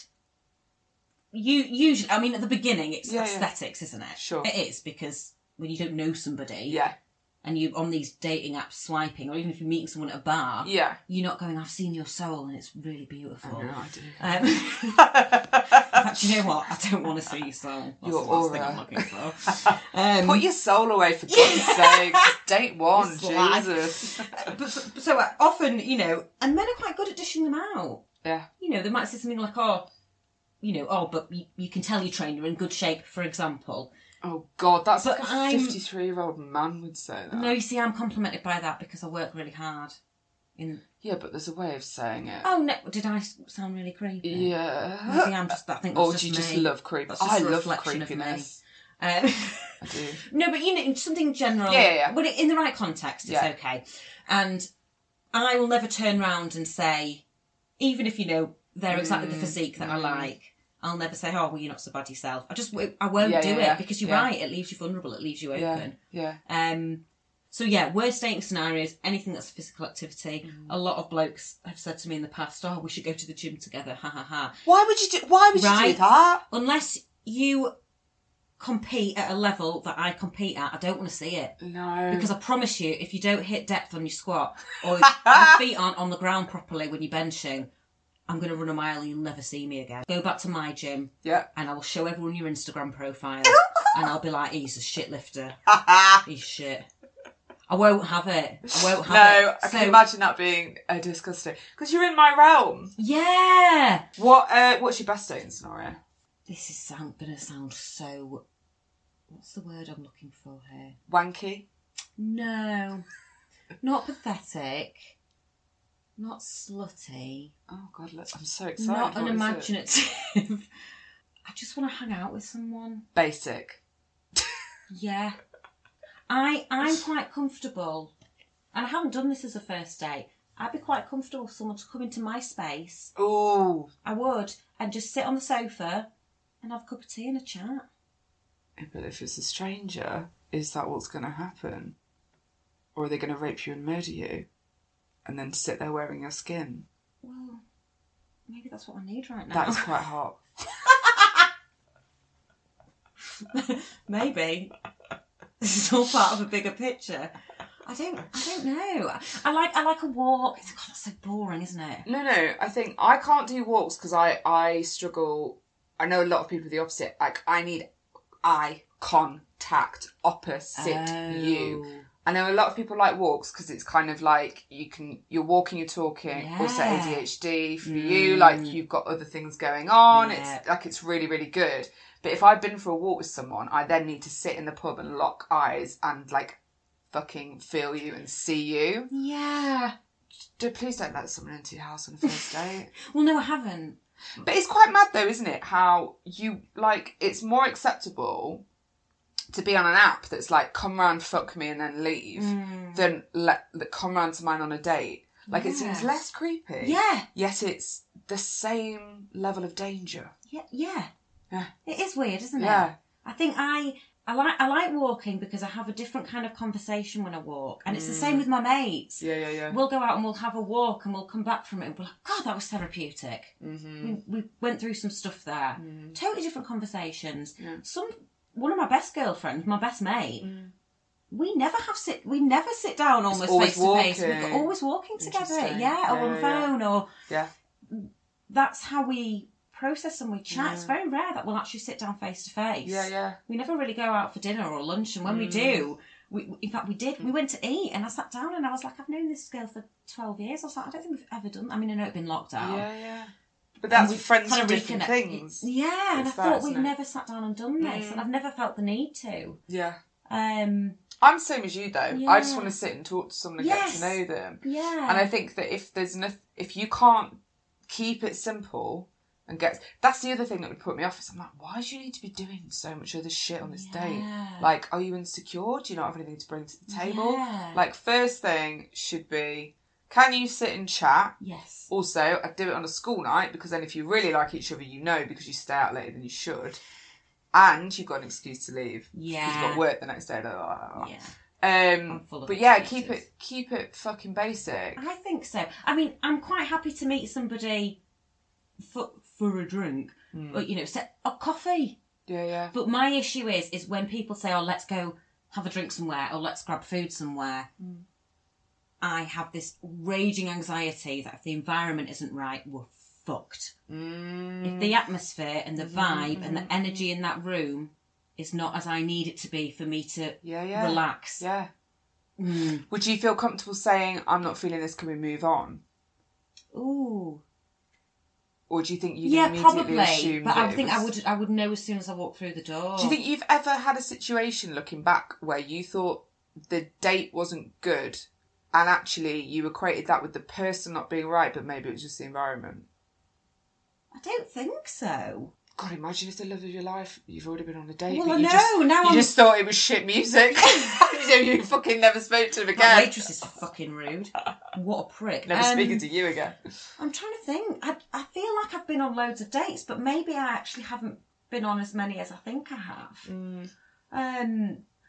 A: You usually, I mean, at the beginning, it's
C: Yeah, yeah.
A: aesthetics, isn't it?
C: Sure.
A: it is because when you don't know somebody,
C: Yeah,
A: and you on these dating apps swiping, or even if you're meeting someone at a bar,
C: yeah.
A: you're not going. I've seen your soul, and it's really beautiful.
C: I
A: Um,
C: do.
A: Do you know what? I don't want to see your soul. That's
C: Your
A: the last thing
C: aura.
A: I'm looking for. Um,
C: Put your soul away for God's sake. Just date one,
A: Slag.
C: Jesus.
A: but- so uh, often, you know, and men are quite good at dishing them out.
C: Yeah.
A: You know, they might say something like, "Oh, you know, oh, but you, you can tell you train. You're in good shape," for example.
C: Oh God, that's
A: But
C: like a
A: I'm-
C: fifty-three-year-old man would say that.
A: No, you see, I'm complimented by that because I work really hard. In
C: Yeah, but there's a way of saying it.
A: oh no, did I s- sound really creepy? Maybe
C: yeah.
A: I'm just. I think that's
C: Or
A: just
C: do you just
A: me.
C: love creep?
A: That's just
C: I
A: a
C: love
A: reflection of me.
C: creepiness.
A: Um,
C: I do.
A: No, but you know, something general.
C: Yeah, yeah, yeah.
A: But in the right context, it's
C: Yeah.
A: okay. And I will never turn round and say, even if you know they're exactly the
C: Mm.
A: physique that I like, I'll never say, oh, well, you're not so bad yourself. I just, w- I won't
C: Yeah,
A: do
C: yeah,
A: it
C: yeah.
A: because you're
C: Yeah.
A: right. It leaves you vulnerable. It leaves you
C: Yeah,
A: open.
C: yeah.
A: Um, so yeah, worst dating scenarios, anything that's physical activity. A lot of blokes have said to me in the past, oh, we should go to the gym together. Ha ha ha.
C: Why would you do? Why would you
A: Right.
C: do that?
A: Unless you compete at a level that I compete at, I don't want to see it.
C: No.
A: Because I promise you, if you don't hit depth on your squat or your feet aren't on the ground properly when you're benching, I'm going to run a mile and you'll never see me again. Go back to my gym
C: yeah.
A: and I will show everyone your Instagram profile and I'll be like, he's a shit lifter. He's shit. I won't have it. I won't
C: no,
A: have
C: I
A: it. So,
C: can imagine that being uh, disgusting. Because you're in my realm.
A: yeah.
C: What? Uh, what's your best dating scenario?
A: This is sound, going to sound so. What's the word I'm looking for here?
C: Wanky.
A: No. Not pathetic. Not slutty.
C: Oh God, look, I'm so excited.
A: not
C: What is it?
A: unimaginative. I just want to hang out with someone.
C: Basic.
A: Yeah. I I'm quite comfortable, and I haven't done this as a first date. I'd be quite comfortable for someone to come into my space.
C: Ooh.
A: I would, and just sit on the sofa and have a cup of tea and a chat.
C: But if it's a stranger, is that what's going to happen? Or are they going to rape you and murder you, and then sit there wearing your skin?
A: Well, maybe that's what I need right now.
C: That is quite hot.
A: maybe this is all part of a bigger picture. I don't. I don't know. I, I like. I like a walk. It's God, that's so boring, isn't it?
C: No, no. I think I can't do walks because I I struggle. I know a lot of people are the opposite. Like I need eye contact, opposite you.
A: Oh.
C: I know a lot of people like walks because it's kind of like you can you're walking, you're talking. Also
A: Yeah. Mm.
C: ADHD for you, like you've got other things going on.
A: Yeah.
C: It's like it's really really good. But if I've been for a walk with someone, I then need to sit in the pub and lock eyes and like fucking feel you and see you.
A: Yeah.
C: Do, please don't let someone into your house on the first date.
A: Well, no, I haven't.
C: But it's quite mad though, isn't it? How you like it's more acceptable to be on an app that's like come round, fuck me, and then leave than let that come round to mine on a date. Like it seems
A: Yeah.
C: less creepy.
A: Yeah,
C: Yet it's the same level of danger.
A: yeah, yeah.
C: Yeah.
A: It is weird, isn't it?
C: Yeah.
A: I think I I like I like walking because I have a different kind of conversation when I walk, and it's the same with my mates.
C: Yeah, Mm. yeah, yeah.
A: We'll go out and we'll have a walk, and we'll come back from it, and we're like, God, that was therapeutic.
C: Mm-hmm. Mm.
A: We, we went through some stuff there. Totally different conversations. Some one of my best girlfriends, my best mate.
C: Mm-hmm.
A: We never have sit. We never sit down almost
C: always
A: face to face. We're
C: walking.
A: always walking together.
C: Interesting.
A: Yeah, or
C: Yeah,
A: on the
C: yeah, yeah.
A: phone, or
C: Yeah.
A: that's how we process and we chat. It's very rare that we'll actually sit down face to face.
C: Yeah, Mm. yeah.
A: We never really go out for dinner or lunch, and when we do, we in fact we did. We went to eat, and I sat down and I was like, I've known this girl for twelve years. I was like, I don't think we've ever done. I mean, I know it's been locked down.
C: Yeah, yeah.
A: And
C: But that's
A: we've
C: friends
A: kinda
C: for different
A: reconnected-
C: things.
A: Yeah, and I
C: It's that,
A: thought
C: isn't
A: we've
C: it? Mm.
A: never sat down and done this, and I've never felt the need to.
C: Yeah.
A: Um,
C: I'm the same as you though. I just
A: Yeah.
C: want to sit and talk to someone and
A: Yes.
C: get to know them.
A: yeah,
C: And I think that if there's nothing, if you can't keep it simple, and gets. That's the other thing that would put me off is I'm like, why do you need to be doing so much other shit on this date?
A: Yeah.
C: Like, are you insecure? Do you not have anything to bring to the table?
A: Yeah.
C: Like, first thing should be, can you sit and chat?
A: yes.
C: Also, I'd do it on a school night because then if you really like each other, you know because you stay out later than you should, and you've got an excuse to leave. 'Cause You've
A: Yeah.
C: got work the next day. blah, blah, blah, blah.
A: Yeah.
C: Um,
A: I'm full of
C: but yeah, keep
A: excuses.
C: it keep it fucking basic.
A: I think so. I mean, I'm quite happy to meet somebody for for a drink, or you know, set a coffee.
C: Mm. Yeah, yeah.
A: But my issue is, is when people say, "Oh, let's go have a drink somewhere," or "Let's grab food somewhere."
C: Mm.
A: I have this raging anxiety that if the environment isn't right, we're fucked.
C: Mm, Mm-hmm.
A: If the atmosphere and the vibe and the energy in that room is not as I need it to be for me to
C: yeah, yeah.
A: relax,
C: Yeah.
A: Mm.
C: Would you feel comfortable saying, "I'm not feeling this. Can we move on?"
A: ooh,
C: Or do you think you
A: yeah,
C: immediately
A: probably.
C: assume
A: But
C: that
A: I
C: it
A: think I
C: was-
A: would, I would know as soon as I walk through the door.
C: Do you think you've ever had a situation looking back where you thought the date wasn't good and actually you equated that with the person not being right, but maybe it was just the environment?
A: I don't think so.
C: God, imagine if the love of your life, you've already been on a date.
A: Well,
C: but
A: I
C: you
A: know,
C: Just,
A: now
C: you
A: I'm-
C: just thought it was shit music. so you fucking never spoke to him
A: That
C: again.
A: waitress is fucking rude. What a prick.
C: Never
A: Um,
C: speaking to you again.
A: I'm trying to think. I, I feel like I've been on loads of dates, but maybe I actually haven't been on as many as I think I have. Um,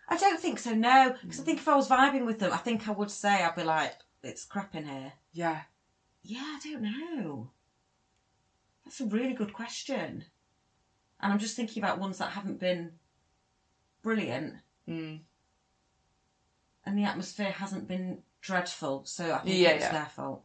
A: I don't think so, no. Because I think if I was vibing with them, I think I would say, I'd be like, it's crap in here.
C: Yeah.
A: Yeah, I don't know. That's a really good question. And I'm just thinking about ones that haven't been brilliant
C: Mm.
A: and the atmosphere hasn't been dreadful, so I think
C: Yeah,
A: it's
C: yeah.
A: their fault.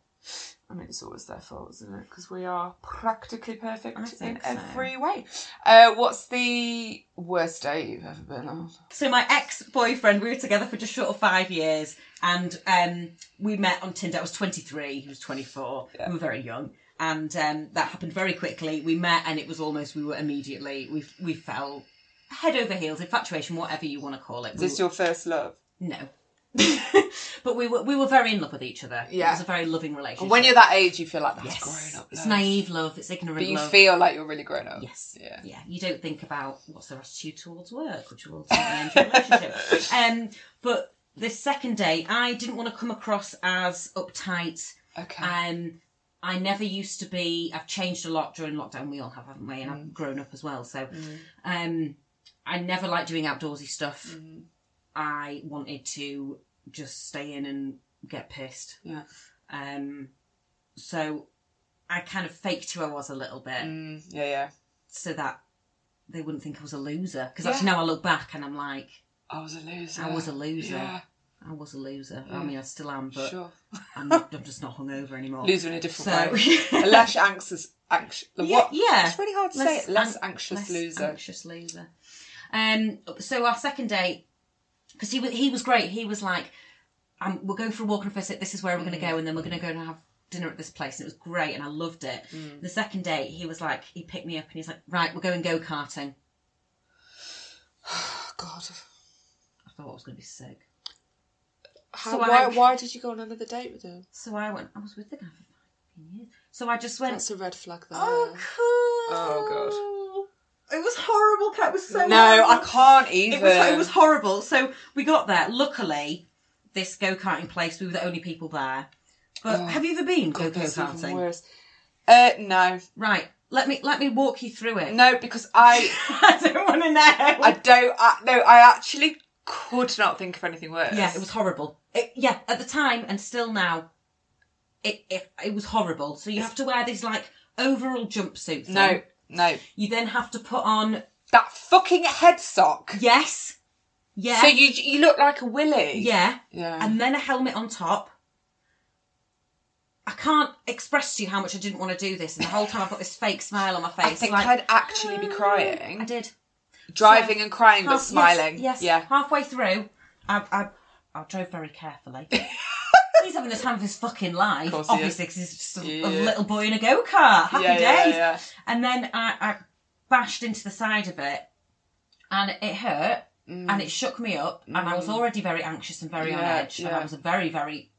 C: I mean, it's always their fault, isn't it? Because we are practically perfect
A: I
C: in
A: think so.
C: every way. Uh, what's the worst date you've ever been on?
A: So my ex-boyfriend, we were together for just short of five years, and um, we met on Tinder. I was 23, he was 24. We were very young, and um, that happened very quickly. We met, and it was almost we were immediately we we fell head over heels, infatuation, whatever you want to call it.
C: Is
A: We
C: this your first love?
A: were- no. but we were we were very in love with each other.
C: Yeah.
A: it was a very loving relationship.
C: When you're that age, you feel like that's
A: yes,
C: grown up.
A: it's
C: love.
A: naive love, it's ignorant
C: But you
A: love.
C: feel like you're really grown up.
A: Yes.
C: Yeah.
A: Yeah. You don't think about what's their attitude towards work, which will ultimately end your relationship. Um, but this second day, I didn't want to come across as uptight.
C: Okay.
A: Um, I never used to be. I've changed a lot during lockdown. We all have, haven't we? And I've grown up as well. So, um, I never liked doing outdoorsy stuff. I wanted to just stay in and get pissed.
C: Yeah.
A: Um, so I kind of faked who I was a little bit
C: Mm, yeah, yeah.
A: so that they wouldn't think I was a loser. Because
C: Yeah.
A: actually now I look back and I'm like,
C: I was a loser.
A: I was a loser.
C: Yeah,
A: I was a loser. I mean, I still am, but
C: sure.
A: I'm, not, I'm just not hungover anymore.
C: Loser in a different
A: So,
C: way. A less anxious. Anx- the
A: yeah,
C: what?
A: yeah.
C: It's really hard to say. it. Less anxious
A: less
C: loser.
A: Anxious loser. Um. So our second date, because he was he was great. He was like, um, we're going for a walk and a visit. This is where we're going
C: Mm.
A: to go, and then we're going to go and have dinner at this place. And it was great, and I loved it.
C: Mm.
A: The second date, he was like, he picked me up, and he's like, right, we're going go karting.
C: Oh, God.
A: I thought I was going to be sick.
C: How,
A: So
C: why,
A: I-
C: why did you go on another date with him?
A: So I went, I was with the guy for fucking years. So I just went,
C: That's a red flag there.
A: oh, cool.
C: Oh,
A: God. It was horrible. Kat, It was so
C: no, I
A: horrible.
C: can't even.
A: It was, it was horrible. So we got there. Luckily, this go karting place, we were the only people there. But have you ever been go
C: Oh, God, that's even
A: karting?
C: worse. Uh, no,
A: Right. Let me let me walk you through it.
C: no, because I,
A: I don't want to know.
C: I don't. I, no, I actually could not think of anything worse.
A: Yeah, it was horrible. It, yeah, at the time and still now, it, it it was horrible. So you have to wear these like overall jumpsuit. Thing.
C: No, no,
A: You then have to put on
C: that fucking head sock.
A: Yes. Yeah.
C: So you you look like a willy.
A: yeah.
C: Yeah.
A: And then a helmet on top. I can't express to you how much I didn't want to do this, and the whole time I've got this fake smile on my face.
C: I think
A: like,
C: I'd actually be crying,
A: I did.
C: driving and crying but
A: Half-
C: smiling.
A: Yes. yes.
C: Yeah.
A: Halfway through, I, I, I drove very carefully. He's having the time of his fucking life,
C: course he is.
A: obviously, because he's just a, a
C: Yeah.
A: little boy in a go kart. Happy
C: Yeah, yeah,
A: days.
C: yeah.
A: And then I, I bashed into the side of it, and it hurt,
C: Mm.
A: and it shook me up, and I was already very anxious and very on
C: Yeah,
A: edge, and
C: yeah.
A: I was a very, very,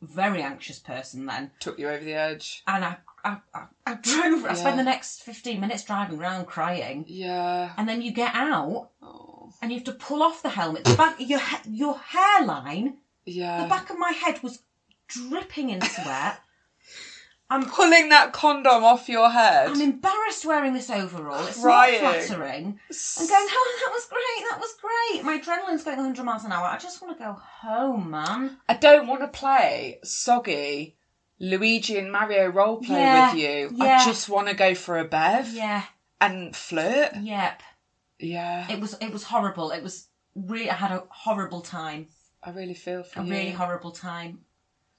A: very anxious person then,
C: Took you over the edge.
A: and I I, I, I drove. I spent the next fifteen minutes driving around crying,
C: Yeah.
A: and then you get out
C: Oh.
A: and you have to pull off the helmet. The back, your ha- your hairline, the
C: Yeah.
A: back of my head was dripping in sweat. I'm
C: Pulling that condom off your head.
A: I'm embarrassed wearing this overall. It's
C: Crying.
A: not flattering. I'm going, oh, that was great. That was great. My adrenaline's going 100 miles an hour. I just want to go home, man.
C: I don't want to play soggy Luigi and Mario roleplay
A: Yeah,
C: with you.
A: yeah.
C: I just want to go for a bev
A: Yeah.
C: and flirt.
A: Yep.
C: Yeah,
A: It was. It was horrible. It was. Really, I had a horrible time.
C: I really feel for
A: a
C: you.
A: really horrible time.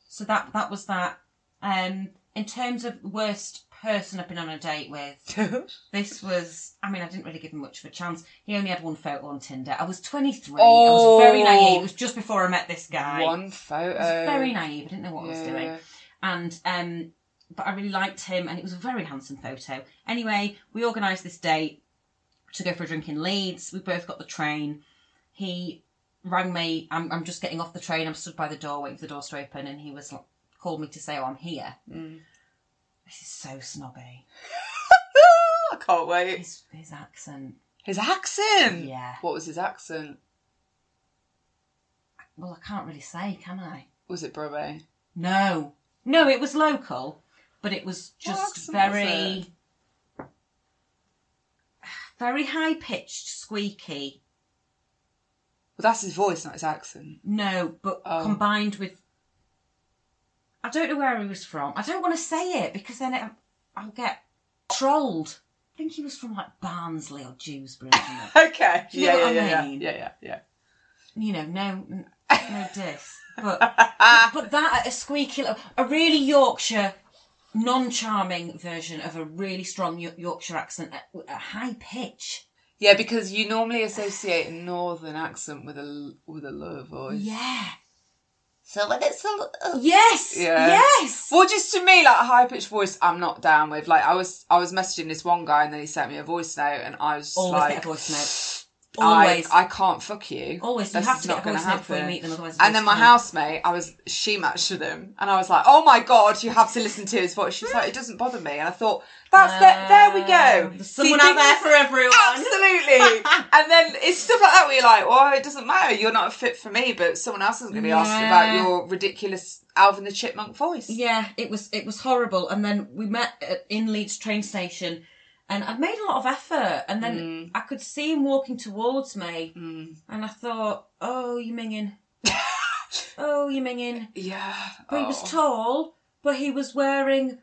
A: So that that was that. Um, in terms of worst person I've been on a date with, this was. I mean, I didn't really give him much of a chance. He only had one photo on Tinder. I was 23. I was very
C: Oh.
A: naive. It was just before I met this guy.
C: One
A: I
C: photo.
A: was very naive. I didn't know what I was doing.
C: Yeah.
A: And um, but I really liked him, and it was a very handsome photo. Anyway, we organised this date to go for a drink in Leeds. We both got the train. He rang me. I'm, I'm just getting off the train. I'm stood by the door waiting for the doors to open, and he was like, called me to say, "Oh, I'm here."
C: Mm.
A: This is so snobby.
C: Ah, I can't wait.
A: His his accent.
C: His accent.
A: Yeah.
C: What was his accent?
A: Well, I can't really say, can I?
C: Was it Brummy?
A: No, no, it was local, but it was just
C: accent was
A: very, very high pitched, squeaky.
C: Well, that's his voice, not his accent.
A: No, but
C: Oh.
A: combined with, I don't know where he was from. I don't want to say it because then it, I'll get trolled. I think he was from like Barnsley or Dewsbury. Isn't it?
C: Okay.
A: Do you know
C: yeah,
A: what
C: yeah,
A: I
C: yeah,
A: mean?
C: yeah, yeah, yeah,
A: you know, no, n- no diss, but but that at a squeaky, little- a really Yorkshire, non-charming version of a really strong Yo- Yorkshire accent at a high pitch.
C: yeah. Because you normally associate a northern accent with a l- with a lower voice.
A: Yeah.
C: So when it's a l-
A: Yes.
C: Yeah.
A: Yes.
C: Well, just to me, like a high pitched voice, I'm not down with. Like I was, I was messaging this one guy, and then he sent me a voice note, and I was just
A: Always
C: like,
A: get a voice note.
C: I,
A: Always.
C: I can't fuck you.
A: Always. You
C: This
A: have
C: is
A: to get
C: not
A: a
C: gonna
A: voice note before you
C: happen.
A: meet them, otherwise.
C: And then my housemate, I was she matched with him, and I was like, "Oh my god, you have to listen to his voice." She's like, "It doesn't bother me," and I thought, "That's there. There we
A: Ah,
C: go.
A: There's someone out there for everyone.
C: Absolutely. and then it's stuff like that where you're like, "Well, it doesn't matter. You're not a fit for me, but someone else isn't going to be asked
A: Yeah.
C: about your ridiculous Alvin the Chipmunk voice."
A: Yeah, it was it was horrible. And then we met at, in Leeds train station, and I made a lot of effort. And then
C: Mm.
A: I could see him walking towards me, and I thought, "Oh, you minging! oh, you minging!"
C: Yeah.
A: But he
C: Oh.
A: was tall, but he was wearing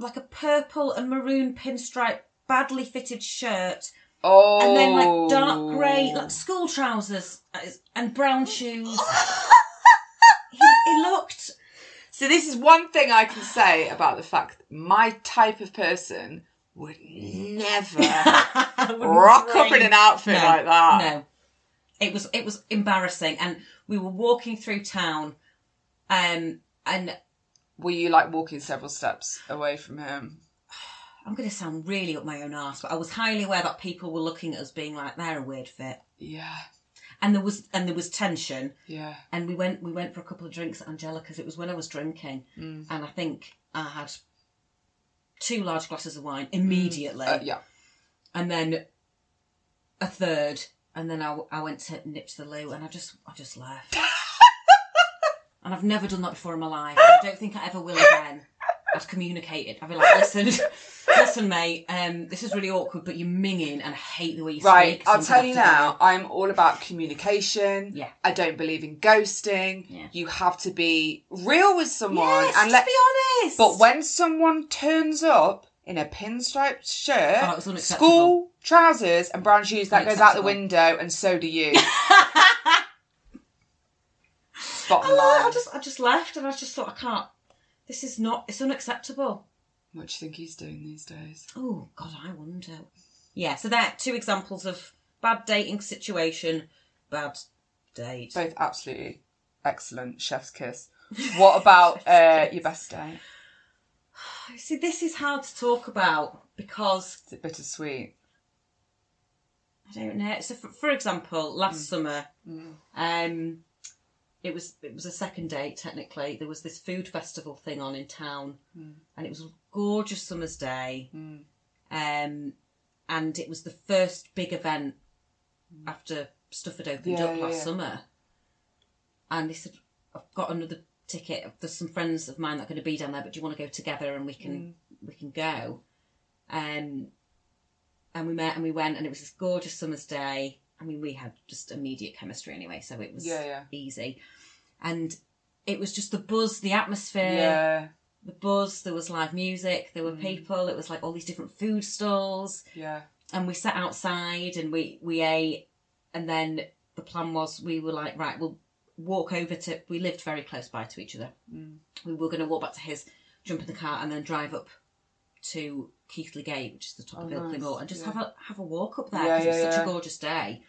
A: like a purple and maroon pinstripe, badly fitted shirt,
C: Oh.
A: and then like dark grey, like school trousers uh, and brown shoes. he, he looked
C: So this is one thing I can say about the fact that my type of person would never rock up in an outfit
A: No,
C: like that.
A: No, it was it was embarrassing, and we were walking through town, um, and
C: Were you like walking several steps away from him?
A: I'm going to sound really up my own arse, but I was highly aware that people were looking at us, being like, "They're a weird fit,"
C: Yeah,
A: and there was and there was tension,
C: yeah.
A: and we went we went for a couple of drinks at Angelica's. It was when I was drinking,
C: Mm. Uh,
A: and I think I had two large glasses of wine immediately.
C: Uh, yeah.
A: and then a third, and then I, I went to nip to the loo, and I just I just left. and I've never done that before in my life. and I don't think I ever will again. I've communicated. I've been like, listen, listen, mate, um, this is really awkward, but you're minging, and I hate the way you
C: Right,
A: speak. so
C: I'll
A: I'm
C: tell
A: gonna
C: you
A: have to
C: now, I'm all about communication.
A: Yeah.
C: I don't believe in ghosting.
A: Yeah.
C: You have to be real with
A: go.
C: someone
A: Yes,
C: and
A: just
C: let
A: be honest.
C: But when someone turns up in a pinstripe shirt,
A: Oh, it was unacceptable.
C: school trousers, and brown shoes, that goes out the
A: Unacceptable.
C: window, and so do you.
A: I,
C: Bottom
A: like, I
C: line.
A: just I just left, and I just thought I can't. This is not. It's unacceptable.
C: What do you think he's doing these days?
A: Oh God, I wonder. Yeah, so there are two examples of bad dating situation, bad date.
C: Both absolutely excellent. Chef's kiss. What about uh, your best day?
A: Oh, See, this is hard to talk about because
C: Is it bittersweet?
A: Mm-hmm. I don't know. So, for, for example, last summer, um, it was it was a second date technically. There was this food festival thing on in town, and it was a gorgeous summer's day.
C: Mm-hmm.
A: Um, and it was the first big event after stuff had opened
C: Yeah,
A: up
C: yeah,
A: last
C: yeah.
A: summer. And they said, "I've got another ticket. There's some friends of mine that are going to be down there, but do you want to go together and we
C: Mm.
A: can we can go?" Um, and we met and we went, and it was this gorgeous summer's day. I mean, we had just immediate chemistry anyway, so it was
C: Yeah, yeah.
A: easy. And it was just the buzz, the atmosphere,
C: Yeah,
A: the buzz. There was live music, there were
C: Mm.
A: people. It was like all these different food stalls,
C: yeah.
A: and we sat outside and we we ate. And then the plan was we were like, right, we'll walk over to. We lived very close by to each other.
C: Mm.
A: We were going to walk back to his, jump in the car, and then drive up to Keithley Gate, which is the top of Ilkley Moor, and just have a have a walk up there
C: Oh, Yeah,
A: because it was
C: yeah,
A: such
C: yeah.
A: a gorgeous day.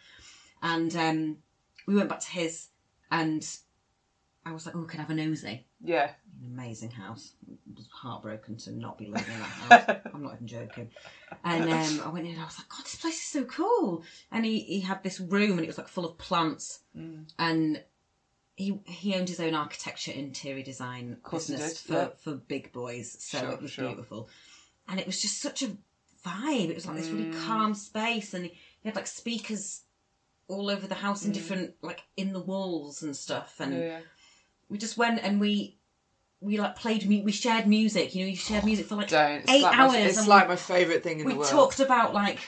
A: And um, we went back to his, and I was like, "Oh, we can I have a nosy."
C: Yeah.
A: An amazing house. I was heartbroken to not be living in that house. I'm not even joking. And um, I went in and I was like, "God, this place is so cool." And he he had this room, and it was like full of plants, and. He, he owned his own architecture interior design
C: course he
A: business
C: did,
A: for,
C: yeah.
A: for big boys, so
C: Sure,
A: it was
C: sure.
A: beautiful and it was just such a vibe. It was like this really
C: Mm.
A: calm space, and he had like speakers all over the house in different like in the walls and stuff. And
C: Mm. Yeah.
A: we just went and we we like played mu- we shared music. You know, you shared music for like
C: Don't. It's
A: eight
C: like
A: hours.
C: My, it's
A: and
C: like my favourite thing in
A: we
C: the world.
A: talked about like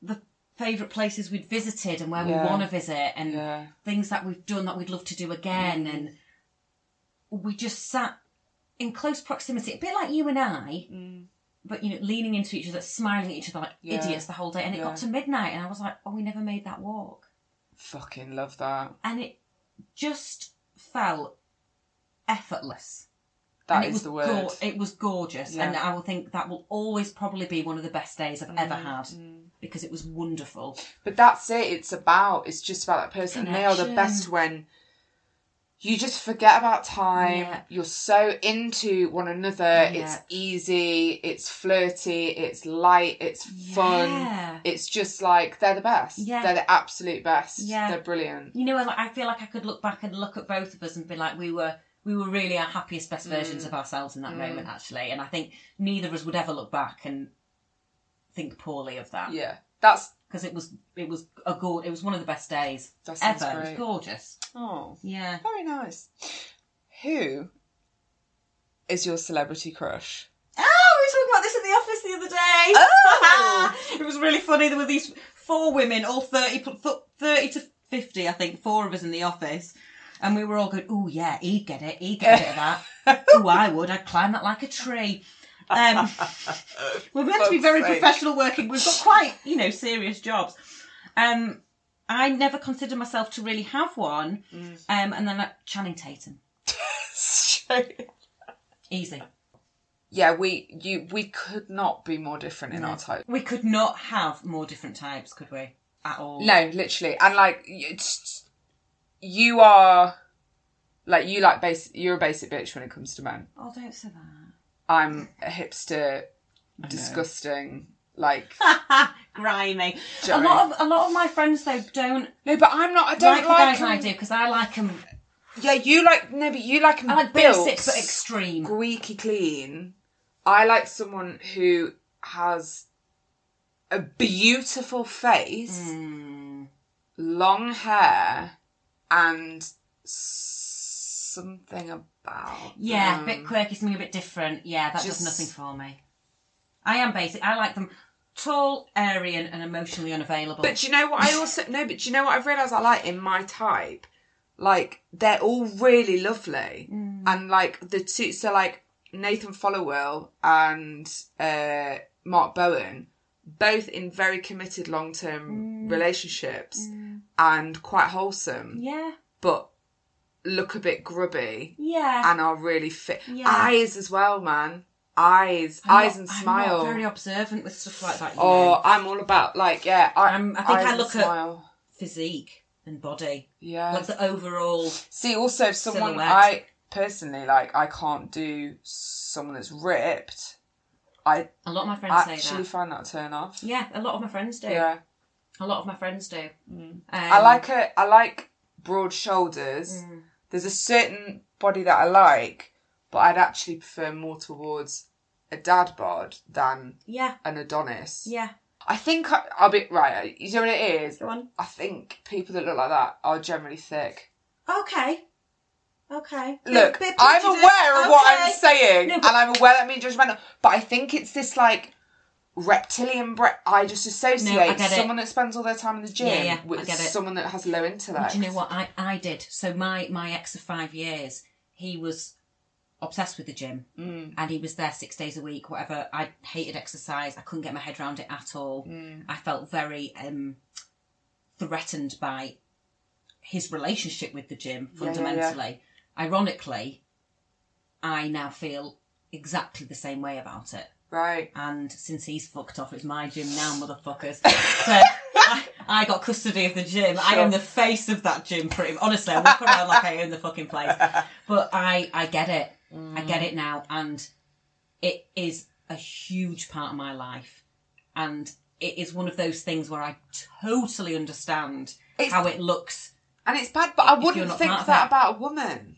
A: the favorite places we'd visited and where
C: Yeah.
A: we want to visit and
C: Yeah.
A: things that we've done that we'd love to do again and we just sat in close proximity a bit like you and i but you know leaning into each other smiling at each other like
C: Yeah.
A: idiots the whole day and it
C: Yeah.
A: got to midnight and i was like oh we never made that walk
C: Fucking love that.
A: and it just felt effortless
C: That
A: and it
C: is
A: was
C: the word.
A: gor- it was gorgeous, and
C: Yeah.
A: I will think that will always probably be one of the best days I've ever had because it was wonderful.
C: Mm. But that's it. It's about. It's just about that person. And they are the
A: Connection.
C: best when you just forget about time.
A: Yeah.
C: You're so into one another. It's
A: Yeah.
C: easy. It's flirty. It's light. It's fun.
A: Yeah.
C: It's just like they're the best.
A: Yeah.
C: They're the absolute best.
A: Yeah.
C: They're brilliant.
A: You know, like, I feel like I could look back and look at both of us and be like, we were we were really our happiest, best
C: Mm.
A: versions of ourselves in that moment, actually. And I think neither of us would ever look back and think poorly of that
C: Yeah. That's
A: because it was it was a good it was one of the best days
C: that sounds
A: ever. It was
C: great.
A: gorgeous.
C: Oh,
A: Yeah.
C: very nice.
E: Who is your celebrity crush?
C: Ah,
A: Oh, we were talking about this in the office the other day.
E: Oh.
A: it was really funny. There were these four women, all 30, pl- fo- 30 to 50, I think, four of us in the office. And we were all going, oh, yeah, he'd get it. He'd get a bit of that. oh, I would. I'd climb that like a tree. Um, we're meant to be
E: Fuck's
A: very
E: sake.
A: professional working. We've got quite, you know, serious jobs. Um, I never considered myself to really have one. Um, and then like, Channing Tatum. Easy.
C: Yeah, we you we could not be more different in our type.
A: We could not have more different types, could we? At all.
C: No, literally, and like it's, you are, like you like base. You're a basic bitch when it comes to men.
A: Oh, don't say that.
C: I'm a hipster, disgusting. Like
A: Grimy.
C: Joey.
A: A lot of a lot of my friends though don't,
C: no, but I'm not. I
A: like,
C: don't like.
A: the guys I
C: 'em.
A: do because I like them.
C: Yeah, you like no, but you like. 'em
A: I like
C: built,
A: basic but extreme.
C: squeaky clean. I like someone who has a beautiful face.
A: Mm,
C: long hair and something about
A: yeah, a
C: them.
A: bit quirky, something a bit different. Yeah, that
C: Mm. Just-
A: does nothing for me. I am basic. I like them tall, Aryan, and emotionally unavailable.
C: but do you know what i also no but do you know what i've realized i like in my type like they're all really lovely
A: Mm.
C: and like the two so like nathan follerwell and uh mark bowen both in very committed long-term relationships and quite wholesome
A: Mm. yeah,
C: but look a bit grubby
A: yeah.
C: and are really fit.
A: Yeah.
C: Eyes as well, man. Eyes,
A: I'm
C: eyes
A: not-
C: and
A: I'm
C: smile.
A: not very observant with stuff like that. You know.
C: oh, I'm all about like yeah. I,
A: Um, I think
C: eyes
A: I
C: and
A: look at-
C: smile.
A: physique and body,
C: yeah.
A: like the overall.
C: See, also if someone
A: silhouette.
C: I personally like, I can't do someone that's ripped. I
A: A lot of my friends say
C: actually
A: that.
C: find that a turn off.
A: Yeah, a lot of my friends do.
C: Yeah, Mm.
A: A lot of my friends do. Um,
C: I like it. I like broad
A: Mm.
C: shoulders. There's a certain body that I like, but I'd actually prefer more towards a dad bod than
A: Yeah,
C: an Adonis.
A: yeah.
C: I think I, I'll be right. uh, You know what it is?
A: Go on.
C: I think people that look like that are generally thick.
A: Okay. Okay.
C: Look,
A: Bit- bit
C: I'm
A: prejudiced.
C: aware of what I'm
A: Okay.
C: saying,
A: No,
C: and
A: but-
C: I'm aware that I'm being judgmental. But I think it's this like reptilian. Bre- I just associate
A: get it.
C: someone that spends all their time in the gym
A: Yeah, yeah, I
C: with
A: get it.
C: someone that has low intellect.
A: Do you know what I, I did? So my my ex of five years, he was obsessed with the gym,
C: Mm.
A: and he was there six days a week. Whatever. I hated exercise. I couldn't get my head around it at all.
C: Mm.
A: I felt very um, threatened by his relationship with the gym.
C: Yeah, yeah, yeah.
A: Fundamentally, ironically, I now feel exactly the same way about it.
C: Right.
A: and since he's fucked off, it's my gym now, motherfuckers. So I, I got custody of the gym. I am the face of that gym, pretty. Honestly, I walk around like I own the fucking place. But I, I get it. I
C: Mm.
A: get it now, and it is a huge part of my life, and it is one of those things where I totally understand
C: It's-
A: how it looks.
C: And it's bad, but I
A: If you're
C: wouldn't
A: not
C: think
A: part
C: that,
A: of it.
C: about a woman.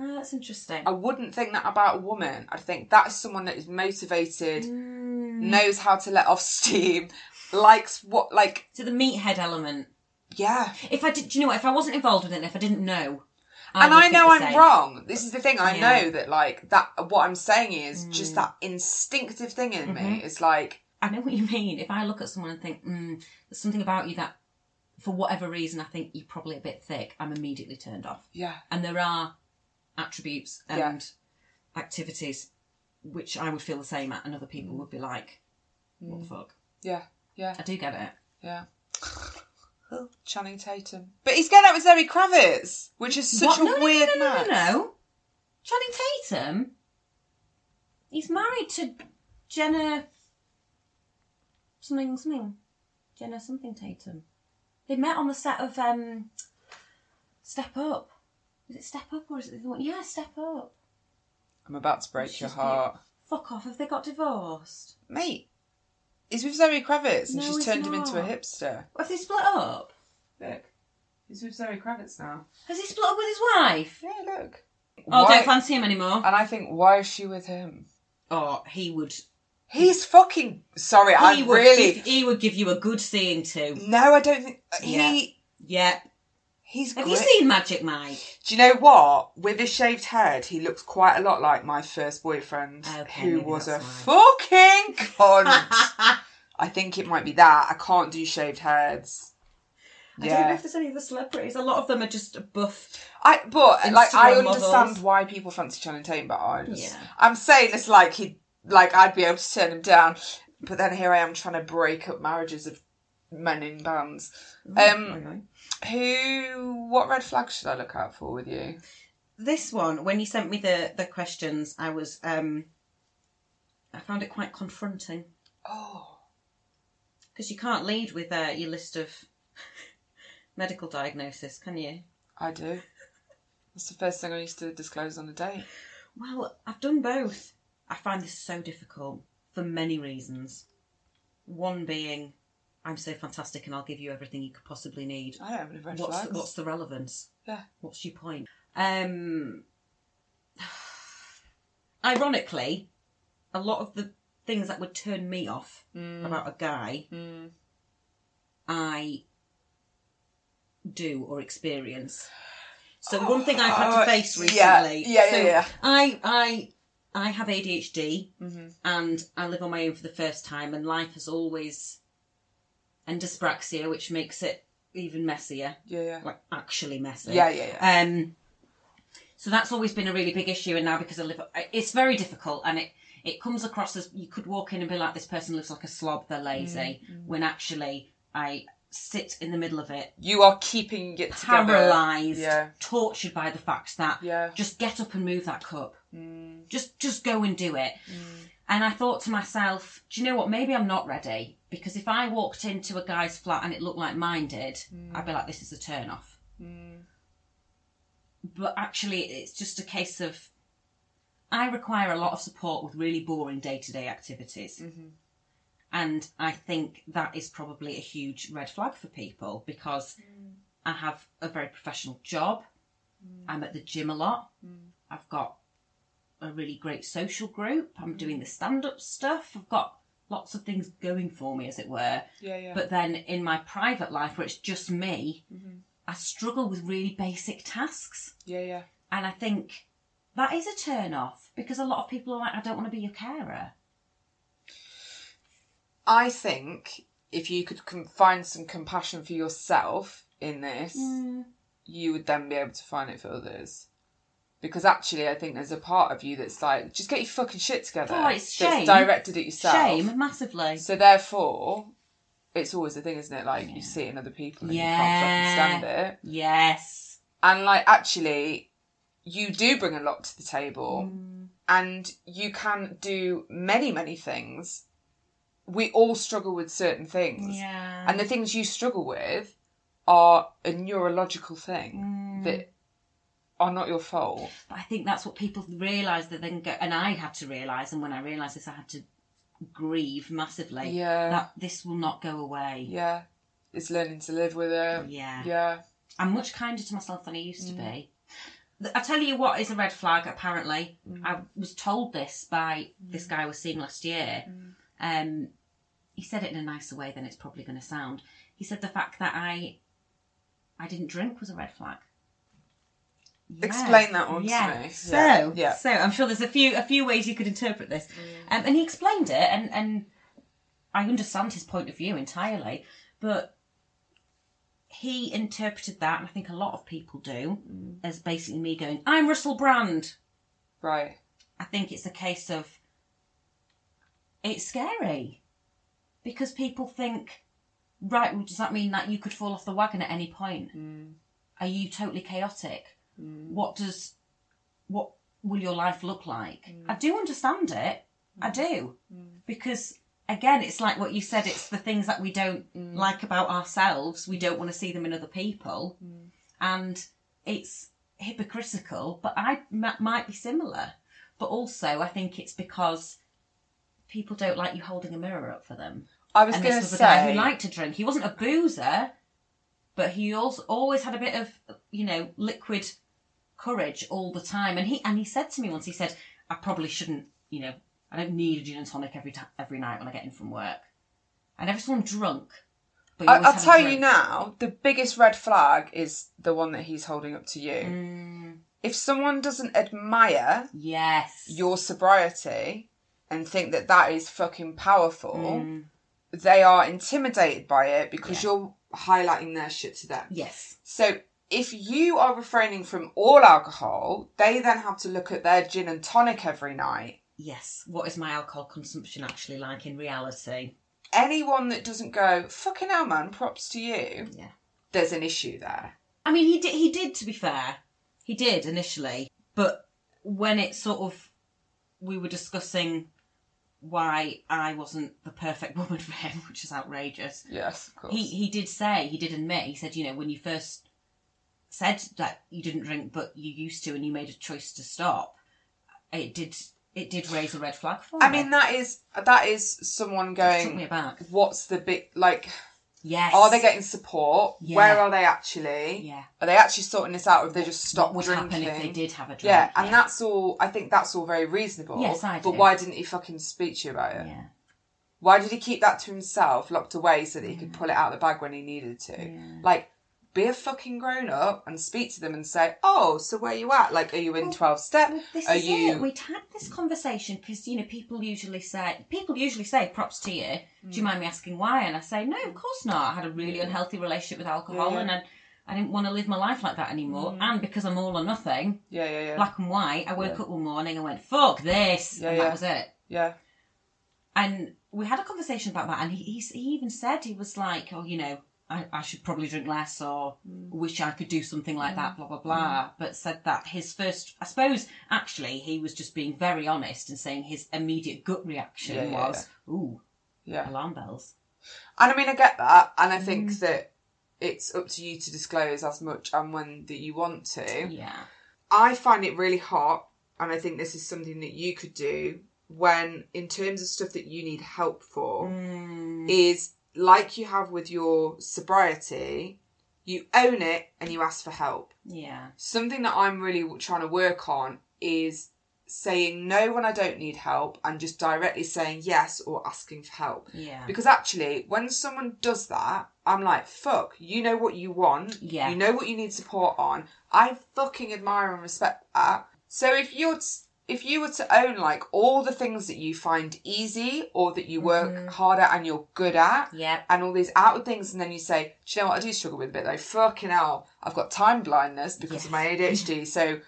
A: Oh, that's interesting.
C: I wouldn't think that about a woman. I think that's someone that is motivated,
A: Mm.
C: knows how to let off steam, likes what, like,
A: So the meathead element.
C: yeah.
A: If I did, do you know what? If I wasn't involved with it, and if I didn't know,
C: and
A: would
C: I
A: think
C: know
A: the
C: I'm
A: same.
C: wrong. This is the thing.
A: Yeah.
C: I
A: Mm.
C: know that, like, that what I'm saying is just that instinctive thing in
A: Mm-hmm.
C: me. It's like,
A: I know what you mean. If I look at someone and think, mm, there's something about you that, for whatever reason, I think you're probably a bit thick, I'm immediately turned off.
C: yeah,
A: And there are attributes and
C: Yeah.
A: activities which I would feel the same at, and other people would be like, what the fuck?
C: yeah, yeah,
A: I do get it.
C: yeah. Channing Tatum, but he's going out with Zoe Kravitz, which is
A: What?
C: such a
A: No, no, no,
C: weird
A: no, no,
C: match.
A: no, no. Channing Tatum? He's married to Jenna. Something, something. Jenna something Tatum. They met on the set of um, Step Up. Is it Step Up or is it the other one? Yeah, Step Up.
C: I'm about to break
A: She's
C: your
A: cute.
C: heart,
A: Fuck off. Have they got divorced?
C: mate. He's with Zoe Kravitz, and
A: No,
C: she's
A: he's
C: turned him into a
A: not.
C: hipster.
A: Have they split up?
C: Look, he's with Zoe Kravitz now.
A: Has he split up with his wife?
C: Yeah, look.
A: Oh,
C: Why-
A: don't fancy him anymore.
C: and I think, why is she with him?
A: Oh, he would.
C: He's fucking sorry. I
A: he would
C: really
A: Give, he would give you a good seeing too.
C: no. I don't think uh, he.
A: Yeah. Yep.
C: He's.
A: Have
C: great.
A: you seen Magic Mike?
C: Do you know what? With his shaved head, he looks quite a lot like my first boyfriend,
A: Okay,
C: who
A: maybe
C: was a
A: that's
C: fucking cunt. I think it might be that. I can't do shaved heads.
A: I don't know
C: Yeah,
A: if there's any of the celebrities. A lot of them are just buff.
C: I, but like I
A: Instagram models.
C: understand why people fancy Channing Tatum, but I just
A: Yeah.
C: I'm saying this like he like I'd be able to turn him down, but then here I am trying to break up marriages of men in bands. Um, who? What red flags should I look out for with you?
A: This one, when you sent me the the questions, I was um, I found it quite confronting
C: Oh,
A: because you can't lead with uh, your list of medical diagnosis, can you?
C: I do. That's the first thing I used to disclose on a date.
A: Well, I've done both. I find this so difficult for many reasons. One being, I'm so fantastic and I'll give you everything you could possibly need.
C: I don't have any red
A: what's
C: flags.
A: The, what's the relevance?
C: Yeah.
A: What's your point? Um, ironically, a lot of the things that would turn me off about a guy,
C: Mm.
A: I do or experience. So one thing I've had
C: Oh,
A: to face recently.
C: yeah, yeah, yeah,
A: so
C: yeah.
A: I, I, I have ADHD,
C: Mhm.
A: and I live on my own for the first time, and life has always, and dyspraxia, which makes it even messier
C: Yeah, yeah.
A: like actually messy.
C: Yeah, yeah,
A: Um, so that's always been a really big issue, and now because I live, it's very difficult, and it it comes across as you could walk in and be like, this person looks like a slob, they're lazy,
C: Mm,
A: when actually I sit in the middle of it,
C: You are keeping it together.
A: paralysed,
C: Yeah.
A: tortured by the fact that
C: Yeah.
A: just get up and move that cup,
C: Mm.
A: just just go and do it. And I thought to myself, do you know what? Maybe I'm not ready because if I walked into a guy's flat and it looked like mine did, I'd be like, this is a turn off.
C: Mm.
A: but actually it's just a case of I require a lot of support with really boring day to day activities.
C: Mm-hmm.
A: And I think that is probably a huge red flag for people because I have a very professional job. I'm at the gym a lot. I've got a really great social group. I'm doing the stand up stuff. I've got lots of things going for me, as it were.
E: Yeah, yeah.
A: But then in my private life, where it's just me,
E: Mhm.
A: I struggle with really basic tasks.
E: yeah, yeah.
A: And I think that is a turn off because a lot of people are like, I don't want to be your carer.
C: I think if you could com- find some compassion for yourself in this,
A: Mm.
C: you would then be able to find it for others. Because actually, I think there's a part of you that's like, just get your fucking shit together.
A: Oh, it's
C: that's
A: shame.
C: directed at yourself.
A: Shame massively.
C: So therefore, it's always the thing, isn't it? Like you
A: Yeah.
C: see it in other people and you
A: Yeah.
C: can't fucking stand it.
A: Yes.
C: And like actually, you do bring a lot to the table,
A: Mm.
C: and you can do many many things. We all struggle with certain things,
A: Yeah.
C: and the things you struggle with are a neurological thing that are not your fault.
A: Mm. But I think that's what people realise that then go, and I had to realise, and when I realised this, I had to grieve massively.
C: Yeah.
A: That this will not go away.
C: Yeah, it's learning to live with it.
A: Yeah.
C: yeah. Mm.
A: I'm much kinder to myself than I used to be. Th- I tell you what is a red flag, apparently. I was told this by this guy I was seeing last year. Um, he said it in a nicer way than it's probably going to sound. He said the fact that I I didn't drink was a red flag.
C: Explain that one to me.
A: So,
C: Yeah. Yeah.
A: so I'm sure there's a few a few ways you could interpret this, um, and he explained it, and and I understand his point of view entirely, but he interpreted that, and I think a lot of people do, as basically me going, "I'm Russell Brand."
C: Right.
A: I think it's a case of it's scary because people think, right, well, does that mean that you could fall off the wagon at any point? Are you totally chaotic? What does what will your life look like? I do understand it. I do because again, it's like what you said. It's the things that we don't like about ourselves. We don't want to see them in other people, and it's hypocritical. But I m- might be similar. But also, I think it's because people don't like you holding a mirror up for them.
C: I was
A: and
C: going
A: this
C: to
A: was
C: say
A: a guy who liked to drink. He wasn't a boozer, but he also always had a bit of you know liquid courage all the time. And he and he said to me once, he said, "I probably shouldn't, you know, I don't need a gin and tonic every time every night when I get in from work. I never saw him drunk." But he
C: I,
A: always
C: I'll
A: had a
C: tell you
A: drink.
C: now, the biggest red flag is the one that he's holding up to you.
A: Mm.
C: If someone doesn't admire
A: Yes.
C: your sobriety and think that that is fucking powerful,
A: Mm.
C: they are intimidated by it because you're highlighting their shit to them.
A: yes.
C: So if you are refraining from all alcohol, they then have to look at their gin and tonic every night.
A: Yes. What is my alcohol consumption actually like in reality?
C: Anyone that doesn't go, fucking hell, man, props to you,
A: Yeah.
C: there's an issue there.
A: I mean, he did. He did. To be fair, he did initially, but when it sort of we were discussing why I wasn't the perfect woman for him, which is outrageous.
C: Yes, of course.
A: He he did say he did admit he said you know when you first said that you didn't drink but you used to and you made a choice to stop, it did it did raise a red flag for
C: I
A: me.
C: mean, that is that is someone
A: It took me
C: going.
A: aback.
C: What's the big like?
A: Yes.
C: Are they getting support?
A: Yeah.
C: Where are they actually?
A: Yeah.
C: Are they actually sorting this out, or have they just
A: what
C: stopped
A: would happen
C: drinking?
A: if they did have a drink?
C: Yeah, and that's all. I think that's all very reasonable.
A: Yes, I
C: But
A: do.
C: why didn't he fucking speak to you about it?
A: yeah.
C: Why did he keep that to himself, locked away, so that he
A: Mm.
C: could pull it out of the bag when he needed to? Like, be a fucking grown up and speak to them and say, "Oh, so where you at? Like, are you in twelve step?
A: Well, Oh, this
C: are
A: is
C: you?"
A: it. We'd had this conversation because you know people usually say people usually say props to you. Do
C: Mm.
A: you mind me asking why? And I say no, of course not. I had a really unhealthy relationship with alcohol,
C: Yeah.
A: and I, I didn't want to live my life like that anymore. And because I'm all or nothing,
C: Yeah, yeah, yeah,
A: black and white, I woke up one morning and went fuck this,
C: Yeah,
A: and
C: yeah.
A: that was it.
C: yeah.
A: And we had a conversation about that, and he he, he even said he was like, oh, you know. I, I should probably drink less or wish I could do something like
C: Mm.
A: that, blah, blah, blah. But said that his first, I suppose, actually, he was just being very honest and saying his immediate gut reaction
C: Yeah, yeah,
A: was, ooh,
C: Yeah.
A: alarm bells.
C: And I mean, I get that, and I think
A: Mm.
C: that it's up to you to disclose as much and when that you want to.
A: Yeah.
C: I find it really hot, and I think this is something that you could do when, in terms of stuff that you need Mm. help for, is like you have with your sobriety, You own it and you ask for help.
A: Yeah.
C: Something that I'm really trying to work on is saying no when I don't need help and just directly saying yes or asking for help.
A: Yeah.
C: Because actually, when someone does that, I'm like, fuck, you know what you want.
A: Yeah.
C: You know what you need support on. I fucking admire and respect that. So if you're. T- if you were to own like all the things that you find easy or that you work
A: Mm-hmm.
C: hard at and you're good at
A: Yep.
C: and all these outward things and then you say, Do you know what I do struggle with a bit though? Fucking hell, I've got time blindness because of my ADHD. so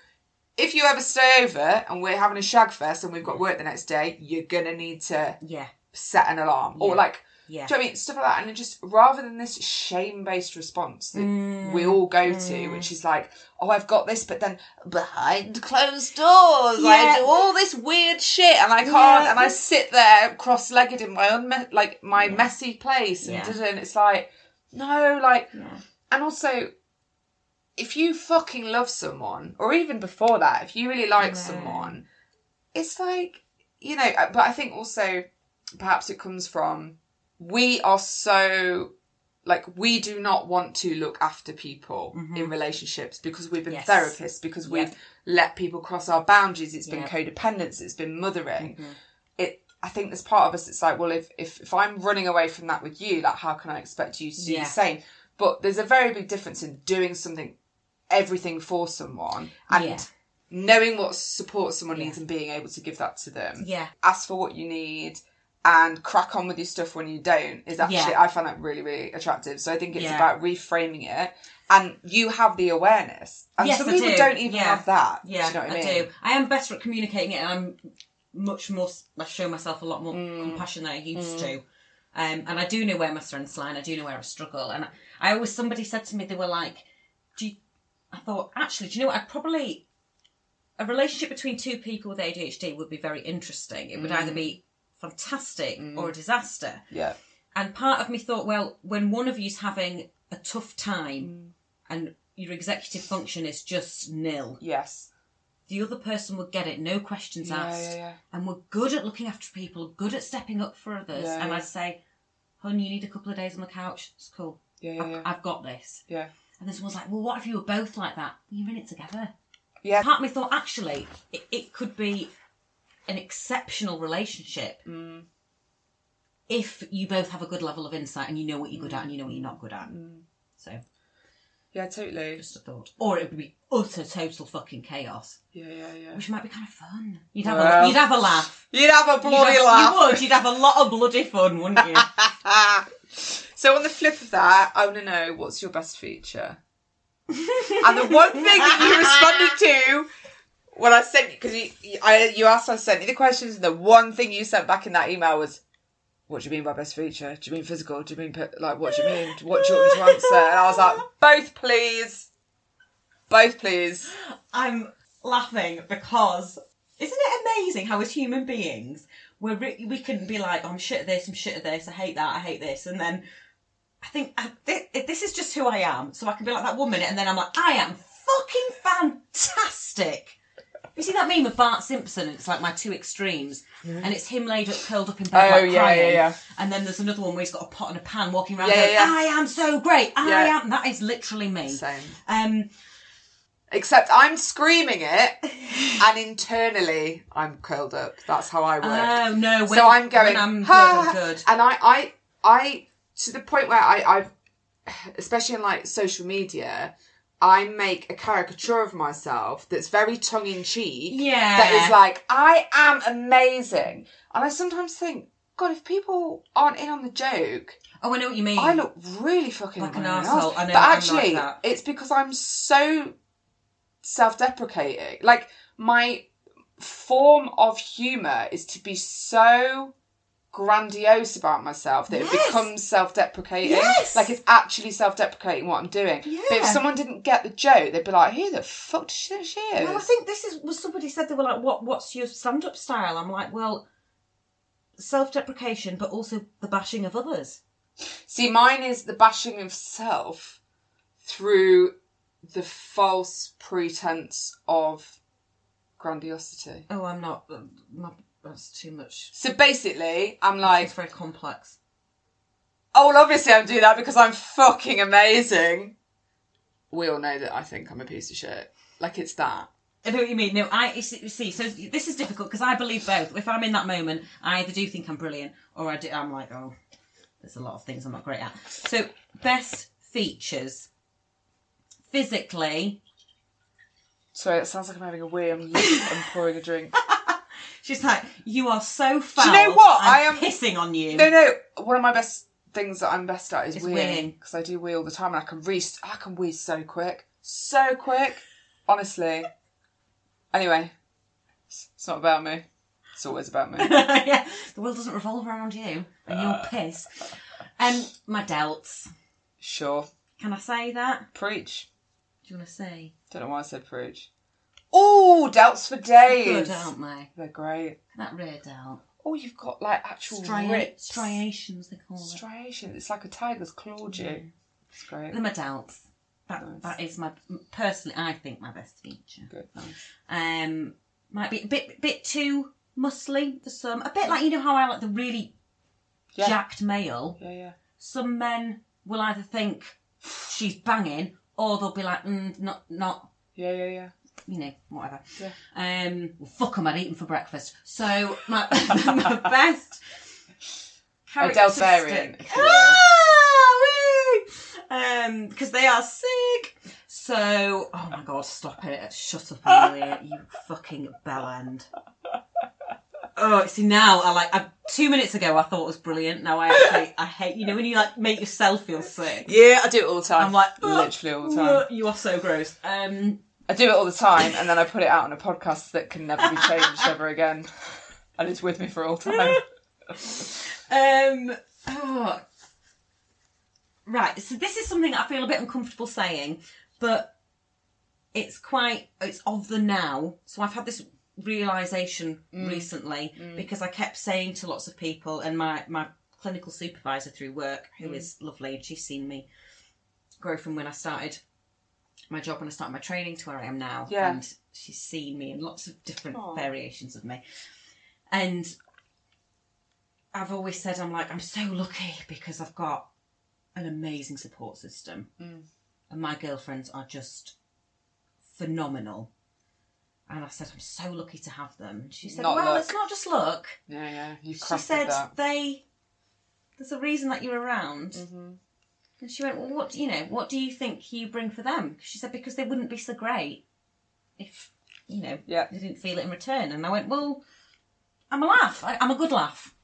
C: if you ever stay over and we're having a shag fest and we've got work the next day, you're gonna need to
A: Yeah.
C: set an alarm. Or
A: Yeah.
C: like
A: Yeah.
C: do you know what I mean? Stuff like that. And it just rather than this shame based response that
A: Mm,
C: we all go to, which is like, oh, I've got this, but then behind closed doors, I
A: Yeah.
C: do all this weird shit and I can't,
A: Yeah.
C: and I sit there cross legged in my own, me- like, my messy place. And,
A: Yeah.
C: da-da, and it's like, no, like,
A: Yeah.
C: and also, if you fucking love someone, or even before that, if you really like
A: Yeah.
C: someone, it's like, you know, uh, but I think also perhaps it comes from we are so, like, we do not want to look after people in relationships because we've been
A: Mm-hmm. Yes.
C: therapists, because
A: Yeah.
C: we've let people cross our boundaries, It's been
A: Yeah. Mm-hmm.
C: codependence, it's been mothering. It, I think there's part of us that's like, well, if, if, if I'm running away from that with you, like, how can I expect you to do
A: Yeah.
C: the same? But there's a very big difference in doing something, everything for someone, and
A: Yeah.
C: knowing what support someone needs
A: Yeah.
C: and being able to give that to them.
A: Yeah.
C: Ask for what you need and crack on with your stuff when you don't is actually,
A: Yeah.
C: I find that really, really attractive. So I think it's
A: Yeah.
C: about reframing it and you have the awareness. And
A: Yes,
C: some
A: I
C: people
A: do.
C: not even
A: Yeah.
C: have that.
A: Yeah,
C: do you know what
A: I,
C: I, mean?
A: do. I am better at communicating it, and I'm much more. I show myself a lot more
C: Mm.
A: compassion than I used to. Um, and I do know where my strengths lie, and I do know where I struggle. And I, I always somebody said to me they were like, "Do you, I thought actually? Do you know what? I'd probably a relationship between two people with ADHD would be very interesting. It would either
C: Mm.
A: be fantastic or a disaster."
C: Yeah.
A: And part of me thought, well, when one of you's having a tough time and your executive function is just nil,
C: Yes.
A: the other person would get it, no questions
C: Yeah,
A: asked.
C: yeah, yeah.
A: And we're good at looking after people, good at stepping up for others.
C: Yeah,
A: and
C: yeah.
A: I'd say, Hun, you need a couple of days on the couch. It's cool.
C: Yeah, yeah,
A: I've,
C: yeah.
A: I've got this.
C: Yeah.
A: And this one's like, well, what if you were both like that? Well, you're in it together.
C: Yeah.
A: Part of me thought, actually, it, it could be an exceptional relationship
C: Mm,
A: if you both have a good level of insight and you know what you're good at and you know what you're not good at.
C: Mm.
A: So,
C: Yeah, totally.
A: just a thought. Or it would be utter, total fucking chaos,
C: Yeah, yeah, yeah.
A: which might be kind of fun. You'd have,
C: Well.
A: a, you'd have a laugh.
C: You'd have a bloody
A: You'd have-
C: laugh.
A: You would. You'd have a lot of bloody fun, wouldn't you?
C: Ah. So on the flip of that, I want to know what's your best feature. and the one thing that you responded to when I sent you because you, you- I you asked I sent you the questions, and the one thing you sent back in that email was, "What do you mean by best feature? Do you mean physical? Do you mean pe- like what do you mean? What do you want me to answer?" And I was like, "Both, please." Both, please.
A: I'm laughing because isn't it amazing how as human beings we're re- we can be like, oh, I'm shit at this, I'm shit at this, I hate that, I hate this, and then I think I, thi- this is just who I am. So I can be like that one minute, and then I'm like, I am fucking fantastic. You see that meme of Bart Simpson? It's like my two extremes, and it's him laid up, curled up in bed,
C: Oh,
A: like
C: yeah,
A: crying.
C: yeah, yeah.
A: And then there's another one where he's got a pot and a pan, walking around.
C: Yeah,
A: going,
C: yeah, yeah.
A: I am so great. I
C: Yeah.
A: am. That is literally me.
C: Same.
A: Um,
C: Except I'm screaming it, and internally I'm curled up. That's how I work.
A: Oh no! When,
C: so I'm going.
A: When I'm good.
C: "Ha!"
A: I'm good.
C: And I, I, I, to the point where I, I've, especially in like social media, I make a caricature of myself that's very tongue in cheek.
A: Yeah.
C: That is like, I am amazing, and I sometimes think, God, if people aren't in on the joke,
A: Oh, I know what you mean.
C: I look really fucking
A: Like an
C: everyone
A: arsehole.
C: else.
A: I know,
C: But
A: I'm like
C: actually,
A: that.
C: it's because I'm so self-deprecating. Like my form of humor is to be so grandiose about myself that it
A: Yes.
C: becomes self-deprecating.
A: Yes.
C: Like it's actually self-deprecating what I'm doing. But if
A: Yeah.
C: someone didn't get the joke, they'd be like, "Who the fuck does she, she is?"
A: Well, I think this is. Was somebody said they were like, "What? What's your stand-up style?" I'm like, well, self-deprecation, but also the bashing of others.
C: See, mine is the bashing of self through the false pretense of grandiosity.
A: Oh, I'm not. uh, My, that's too much.
C: So basically, I'm like,
A: It's very complex.
C: oh, well, obviously I'm doing that because I'm fucking amazing. we all know that I think I'm a piece of shit. Like it's that.
A: I know what you mean. No, I you see. you see, So this is difficult because I believe both. If I'm in that moment, I either do think I'm brilliant or I do. I'm like, oh, there's a lot of things I'm not great at. So best features, physically,
C: Sorry, that sounds like I'm having a wee. I'm, I'm pouring a drink.
A: she's like, you are so foul.
C: you know what?
A: I'm
C: I am-
A: pissing on you.
C: No, no. One of my best things that I'm best at is
A: It's
C: weeing
A: weeing.
C: because I do wee all the time, and I can wee. I can wee so quick, so quick. Honestly. Anyway, it's it's not about me. It's always about me.
A: yeah, the world doesn't revolve around you and your piss. Um, my delts.
C: Sure,
A: Can I say that?
C: preach.
A: Do you want to say?
C: Don't know why I said preach.
E: Oh, doubts for days.
A: Good, aren't they?
C: They're great.
A: That rear delt.
C: Oh, you've got like actual
A: Stria-
C: rips.
A: striations, they call it.
C: Striation. It's like a tiger's clawed you. It's great.
A: The medals. That
C: Nice.
A: that is my personally, I think my best feature.
C: Good. nice.
A: Um, might be a bit bit too muscly for some. A bit like you know how I like the really
C: Yeah.
A: jacked male.
C: Yeah, yeah.
A: Some men will either think she's banging, or they'll be like, mm, not not
C: Yeah, yeah, yeah.
A: you know, whatever.
C: Yeah.
A: Um, well, fuck 'em, I'd eat 'em for breakfast. So my, my best
C: A Delft variant,
A: characteristic-
C: if you will.
A: Ah, woo! Um, because they are sick. So, oh my god, stop it! Shut up, Amelia, you fucking bellend. Oh, see now I like. I, two minutes ago I thought it was brilliant. Now I actually I hate. You know when you like make yourself feel sick.
C: Yeah, I do it all the time.
A: I'm like
C: literally all the time.
A: You are so gross. Um.
C: I do it all the time, and then I put it out on a podcast that can never be changed ever again, and it's with me for all time.
A: Um. oh. Right. So this is something I feel a bit uncomfortable saying, but it's quite it's of the now. So I've had this realization recently because I kept saying to lots of people, and my my clinical supervisor through work, who is lovely, and she's seen me grow from when I started my job when I started my training to where I am now,
C: Yeah.
A: and she's seen me in lots of different
C: Aw.
A: variations of me, and I've always said I'm like I'm so lucky because I've got an amazing support system,
C: Mm.
A: and my girlfriends are just phenomenal. And I said I'm so lucky to have them. And she said,
C: Not
A: "Well,
C: luck.
A: it's not just luck."
C: Yeah, yeah. You
A: She
C: crafted
A: said
C: that.
A: they. There's a reason that you're around.
C: Mhm.
A: And she went, "Well, what you know? What do you think you bring for them?" She said, "Because they wouldn't be so great if you know
C: Yeah.
A: they didn't feel it in return." And I went, "Well, I'm a laugh. I, I'm a good laugh.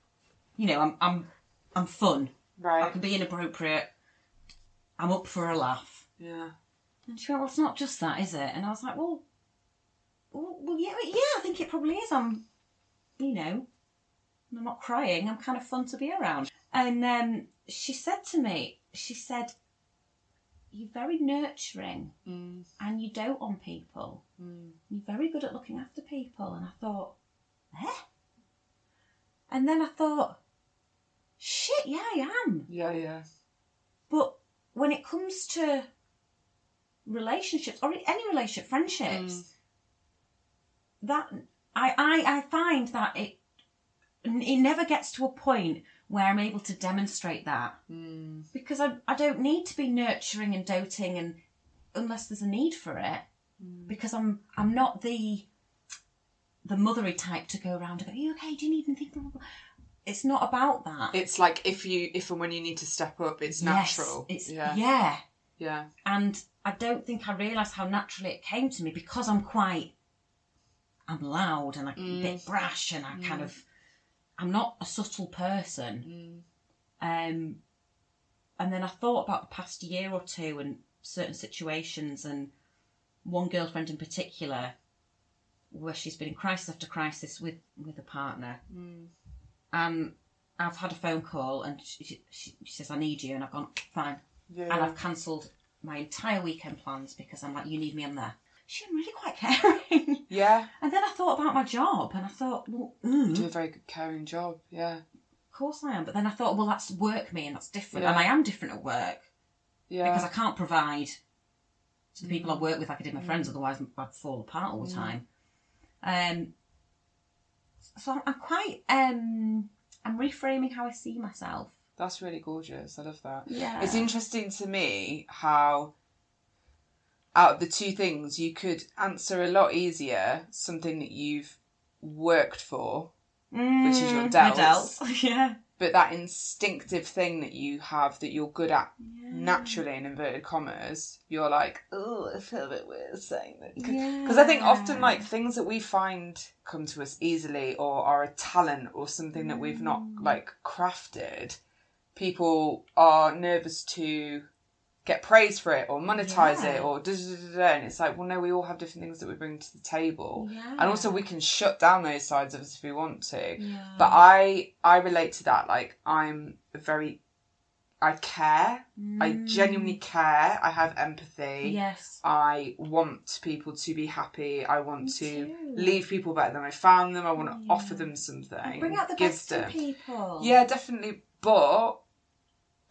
A: You know, I'm I'm I'm fun. I
C: Right.
A: can be inappropriate. I'm up for a laugh."
C: Yeah.
A: And she went, "Well, it's not just that, is it?" And I was like, "Well, well, well, yeah, yeah. I think it probably is. I'm, you know, I'm not crying. I'm kind of fun to be around." And um, she said to me, she said, "You're very nurturing,
C: Mm.
A: and you dote on people.
C: Mm.
A: You're very good at looking after people." And I thought, "Eh?" And then I thought, "Shit, yeah, I am."
C: Yeah, yeah.
A: But when it comes to relationships or any relationship, friendships,
C: Mm.
A: that I, I I find that it it never gets to a point where I'm able to demonstrate that
C: Mm.
A: because I I don't need to be nurturing and doting and unless there's a need for it because I'm I'm not the the mothery type to go around and go, Are you okay? Do you need anything? Blah, blah, blah. It's not about that.
C: It's like if you, if and when you need to step up, it's
A: Yes,
C: natural.
A: it's
C: yeah. yeah.
A: yeah.
C: Yeah.
A: and I don't think I realised how naturally it came to me because I'm quite, I'm loud and I'm a
C: Mm.
A: bit brash and I kind of, I'm not a subtle person. Um, and then I thought about the past year or two and certain situations and one girlfriend in particular, where she's been in crisis after crisis with with a partner, and I've had a phone call and she, she, she says I need you, and I've gone fine and
C: Mm-hmm.
A: I've cancelled my entire weekend plans because I'm like, you need me, I'm there. She was really quite caring.
C: Yeah.
A: and then I thought about my job and I thought, well,
C: Do
A: mm,
C: a very good caring job. Yeah.
A: of course I am. But then I thought, well, that's work me and that's different.
C: Yeah.
A: And I am different at work
C: Yeah.
A: because I can't provide to the people I work with like I did my friends, otherwise I'd fall apart all the time. Um, so I'm- I'm quite, um, I'm reframing how I see myself.
C: That's really gorgeous. I love that.
A: Yeah.
C: It's interesting to me how out of the two things, you could answer a lot easier something that you've worked for, which is your
A: Mm, My
C: delts,
A: delts. yeah.
C: but that instinctive thing that you have that you're good at
A: Yeah.
C: naturally in inverted commas, you're like, oh, I feel a bit weird saying that.
A: Yeah.
C: Because I think often,
A: Mm.
C: like, things that we find come to us easily or are a talent or something that we've not,
A: Mm.
C: like, crafted, people are nervous to get praise for it or monetize
A: Yeah.
C: it or da da da da. And it's like, well, no, we all have different things that we bring to the table.
A: Yeah. Mm.
C: And also, we can shut down those sides of us if we want to
A: Yeah.
C: but i i relate to that like i'm very i care i
A: Mm.
C: genuinely care i have empathy
A: Yes.
C: i want people to be happy i want
A: Me
C: to
A: too.
C: leave people better than i found them i want to
A: Yeah.
C: offer them something
A: Bring out the
C: give
A: best in people.
C: yeah definitely but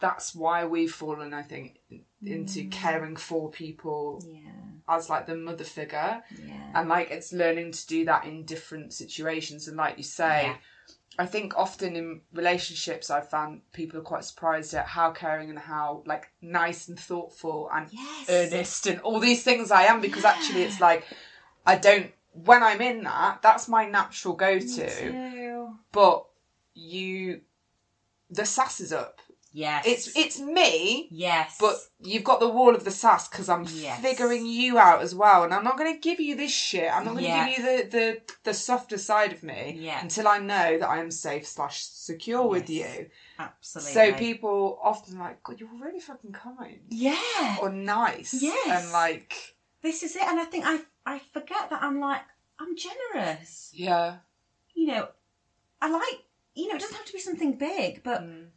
C: that's why we've fallen i think into
A: Mm.
C: caring for people
A: Yeah.
C: as like the mother figure
A: Yeah.
C: and like it's learning to do that in different situations and like you say
A: Yeah.
C: i think often in relationships i've found people are quite surprised at how caring and how like nice and thoughtful and
A: yes.
C: earnest and all these things i am because actually it's
A: Yeah.
C: like i don't when i'm in that that's my natural
A: Me
C: go-to
A: too.
C: but you the sass is up
A: Yes.
C: it's it's me
A: Yes.
C: but you've got the wall of the sass because I'm
A: Yes.
C: figuring you out as well, and I'm not going to give you this shit. I'm not going to
A: Yeah.
C: give you the, the the softer side of me
A: Yeah.
C: until I know that I am safe slash secure with
A: Yes,
C: you.
A: absolutely.
C: So people often like, God, you're really fucking kind
A: Yeah.
C: or nice,
A: Yes.
C: and like,
A: This is it, and I think I I forget that I'm like I'm generous.
C: yeah,
A: You know, I like. You know, it doesn't have to be something big, but
C: Mm.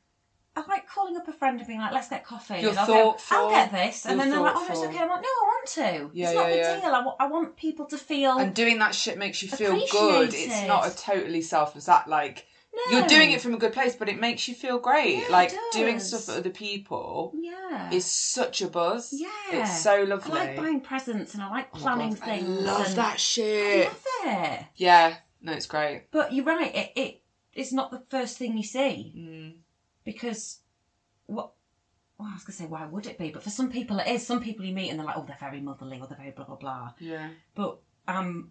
A: I like calling up a friend and being like, "Let's get coffee."
C: You're
A: and I'll go,
C: thoughtful.
A: I'll get this, and
C: You're
A: then they're like, "Oh, no,
C: thoughtful.
A: it's okay." I'm like, "No, I want to.
C: Yeah,
A: it's not
C: yeah,
A: a big
C: yeah.
A: deal. I wa- I want people to feel
C: and doing that shit makes you feel good. It's
A: Appreciated.
C: not a totally selfless act. Like
A: no.
C: you're doing it from a good place, but it makes you feel great.
A: Yeah, it
C: like doing
A: does.
C: stuff for other people
A: yeah,
C: is such a buzz.
A: yeah.
C: It's so
A: I
C: lovely.
A: like buying presents and I like
C: Oh my
A: planning
C: God,
A: things.
C: I love
A: and
C: that
A: I
C: shit.
A: love it.
C: Yeah, no, it's great.
A: But you're right. It, it it's not the first thing you see
C: Mm.
A: because what. Well, I was gonna say why would it be, but for some people it is. Some people you meet and they're like, oh, they're very motherly or they're very blah blah blah.
C: Yeah.
A: But um,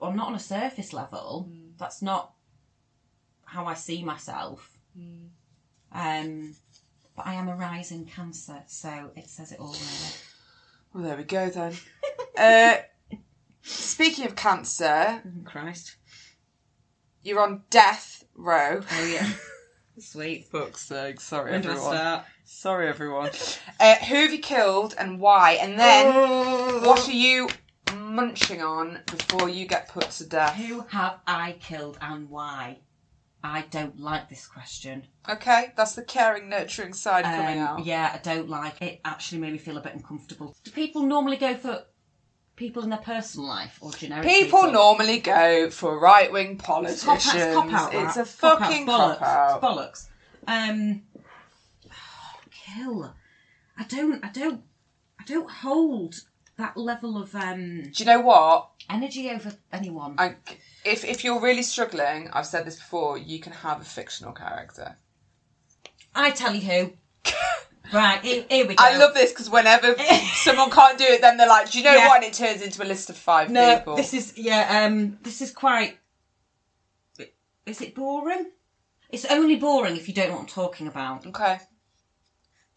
A: I'm not on a surface level. That's not how I see myself.
C: Mm.
A: Um, but I am a rising cancer, so it says it all. Really.
C: Well, there we go then. uh, speaking of cancer,
A: Oh, Christ.
C: you're on death row.
A: Oh yeah. Sweet.
C: Fuck's sake, sorry
A: When do I start?
C: Sorry everyone. uh, who have you killed and why? And
A: Oh.
C: then what are you munching on before you get put to death?
A: Who have I killed and why? I don't like this question.
C: Okay, that's the caring, nurturing side coming
A: Um,
C: out.
A: Yeah, I don't like it. Actually, made me feel a bit uncomfortable. Do people normally go for people in their personal life or generic
C: People
A: people?
C: normally go for right wing
A: It's
C: politicians.
A: cop out. It's, cop out,
C: It's
A: right?
C: a
A: Cop out,
C: fucking
A: bollocks.
C: cop out.
A: It's bollocks. Um, kill. I don't. I don't. I don't hold that level of um
C: Do you know what?
A: energy over anyone.
C: I, if if you're really struggling, I've said this before, you can have a fictional character.
A: I tell you who. right here, here we go.
C: I love this because whenever someone can't do it, then they're like, "Do you know
A: Yeah.
C: what?" And it turns into a list of five
A: No,
C: people.
A: this is yeah. Um, this is quite. Is it boring? It's only boring if you don't know what I'm talking about.
C: okay.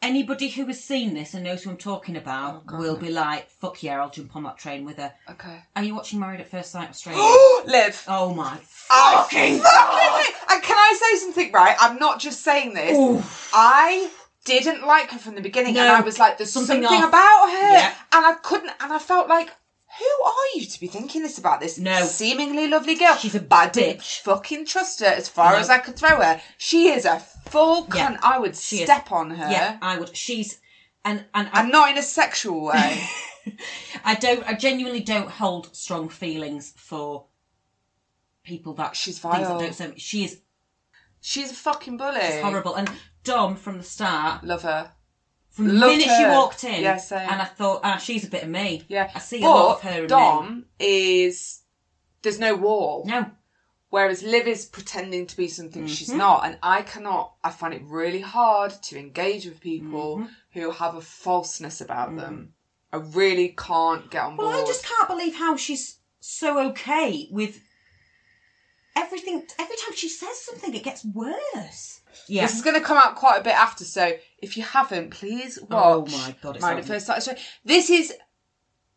A: Anybody who has seen this and knows who I'm talking about
C: Oh, God.
A: will be like, "Fuck yeah, I'll jump on that train with her."
C: Okay.
A: Are you watching Married at First Sight Australia?
C: Live.
A: oh my
C: Oh,
A: fucking god!
C: fucking- And Uh, can I say something? Right, I'm not just saying this.
A: Oof.
C: I didn't like her from the beginning, and
A: No,
C: I was like, "There's something,
A: something off.
C: about her,"
A: Yeah.
C: and I couldn't, and I felt like, "Who are you to be thinking this about this
A: No.
C: seemingly lovely girl?
A: She's a
C: But I didn't
A: bitch.
C: Fucking trust her as far
A: No.
C: as I could throw her. She is a full
A: Yeah.
C: cunt. I would
A: She is.
C: step on her,
A: Yeah, I would. She's and and I,
C: and not in a sexual way.
A: I don't. I genuinely don't hold strong feelings for people that
C: She's
A: things
C: vile.
A: that don't. serve- She is
C: She's a fucking bully.
A: horrible. And Dom from the start,
C: Love her.
A: from the
C: Loved
A: minute she
C: her.
A: walked in,
C: Yeah, same.
A: and I thought, ah, she's a bit of me.
C: Yeah,
A: I see
C: but
A: a lot of her. in me.
C: Dom is there's no wall.
A: No,
C: Whereas Liv is pretending to be something
A: Mm-hmm.
C: she's not, and I cannot. I find
A: Mm-hmm.
C: it really hard to engage with people who have a falseness about them. I really can't get on
A: Well,
C: board.
A: I just can't believe how she's so okay with everything. Every time she says something, it gets worse. Yeah.
C: This is going to come out quite a bit after, so if you haven't, please
A: Oh
C: watch.
A: my God, it's
C: Mind
A: on.
C: at first sight. This is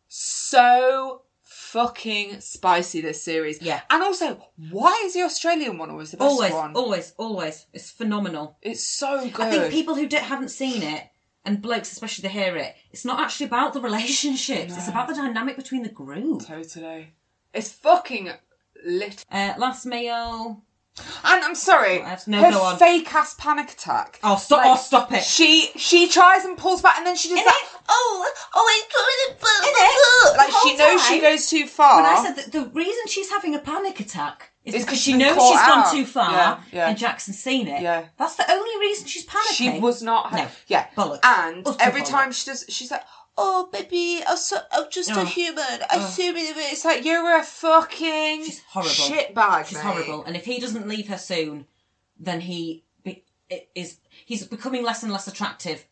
C: so fucking spicy. This series,
A: Yeah.
C: and also, why is the Australian one always the best
A: always,
C: one?
A: always, always. It's phenomenal.
C: It's so good.
A: I think people who don't, haven't seen it, and blokes especially, they hear it. It's not actually about the relationships. It's about the dynamic between the group.
C: totally. It's fucking lit.
A: Uh, last meal.
C: And I'm sorry,
A: I have- no,
C: her
A: go on.
C: fake ass panic attack.
A: Oh stop!
C: Like,
A: oh stop it!
C: She she tries and pulls back, and then she does
A: Isn't
C: that.
A: it?
C: Oh, oh, it's coming
A: Isn't it?
C: Like
A: The
C: she
A: whole
C: knows she
A: time,
C: goes too far.
A: When I said that the reason she's having a panic attack is
C: It's 'cause
A: because
C: she's
A: she
C: been
A: knows
C: caught
A: she's
C: out.
A: gone too far
C: Yeah, yeah.
A: and Jackson's seen it.
C: Yeah.
A: That's the only reason she's panicking.
C: She was not.
A: No.
C: Yeah.
A: Bollocks.
C: And
A: Utter
C: every
A: bollocks.
C: time she does, she's like, "Oh, baby, I'm, so, I'm just a
A: Ugh.
C: human. I see me." It's like you're a fucking
A: She's horrible.
C: shitbag.
A: She's
C: mate.
A: horrible. And if he doesn't leave her soon, then he be- i- is he's becoming less and less attractive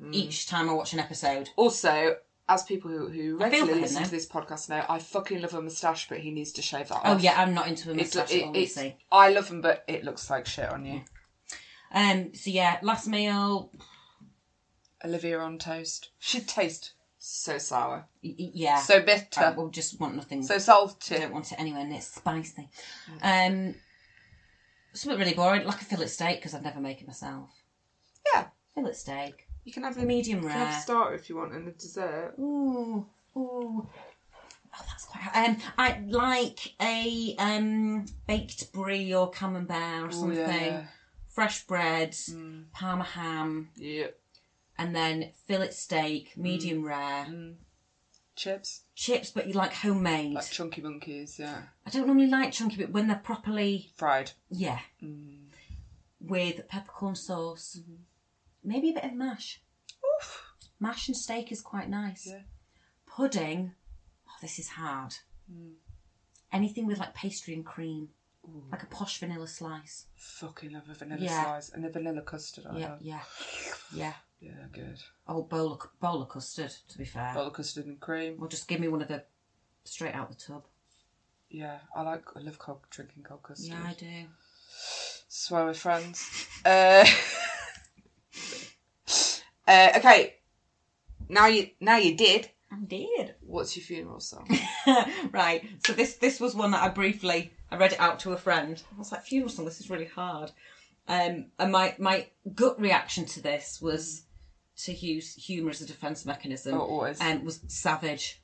C: Mm.
A: each time I watch an episode.
C: Also, as people who who
A: I feel for
C: regularly
A: him,
C: listen
A: though.
C: to this podcast know, I fucking love a moustache, but he needs to shave that
A: Oh
C: off.
A: yeah, I'm not into a
C: It's,
A: moustache
C: it-
A: at all, you
C: it's,
A: see.
C: I love him, but it looks like shit on you.
A: Um, so yeah, last meal,
C: Olivia on toast. She'd taste so sour,
A: y- y- yeah.
C: so uh, bitter,
A: I will just want nothing.
C: so
A: I
C: salty.
A: don't want it anywhere near spicy. Um, something really boring, like a fillet steak because I'd never make it myself.
C: Yeah.
A: Fillet steak,
C: You can have a
A: medium
C: you can have
A: rare.
C: a starter if you want, and a dessert.
A: Ooh, ooh. Oh, that's quite. Um, I like a um baked brie or camembert or something.
C: yeah. Mm.
A: Fresh breads, parma ham,
C: Yeah.
A: and then fillet
C: Mm.
A: steak, medium rare.
C: Chips.
A: Chips, but you like homemade.
C: Like chunky monkeys, yeah.
A: I don't normally like chunky, but when they're properly
C: Fried.
A: Yeah.
C: Mm.
A: With peppercorn sauce,
C: Mm-hmm.
A: maybe a bit of mash. Mash and steak is quite nice.
C: Yeah.
A: Pudding, oh, this is hard.
C: Mm.
A: Anything with like pastry and cream, like a posh vanilla slice.
C: Fucking love a vanilla
A: Yeah.
C: slice and a vanilla custard. I
A: Yeah,
C: love.
A: yeah, yeah.
C: Yeah, good.
A: Oh, bowl of, bowl of custard. To be fair,
C: Roller custard and cream.
A: or just give me one of the straight out the tub.
C: Yeah, I like. I love cold, drinking cold custard.
A: Yeah, I do.
C: Swear with friends. uh, uh, okay. Now you, now you did.
A: I did.
C: What's your funeral song?
A: right. So this this was one that I briefly I read it out to a friend. I was like, funeral song. This is really hard. Um, and my my gut reaction to this was to use humour as a defence mechanism.
C: Oh, always.
A: And was savage,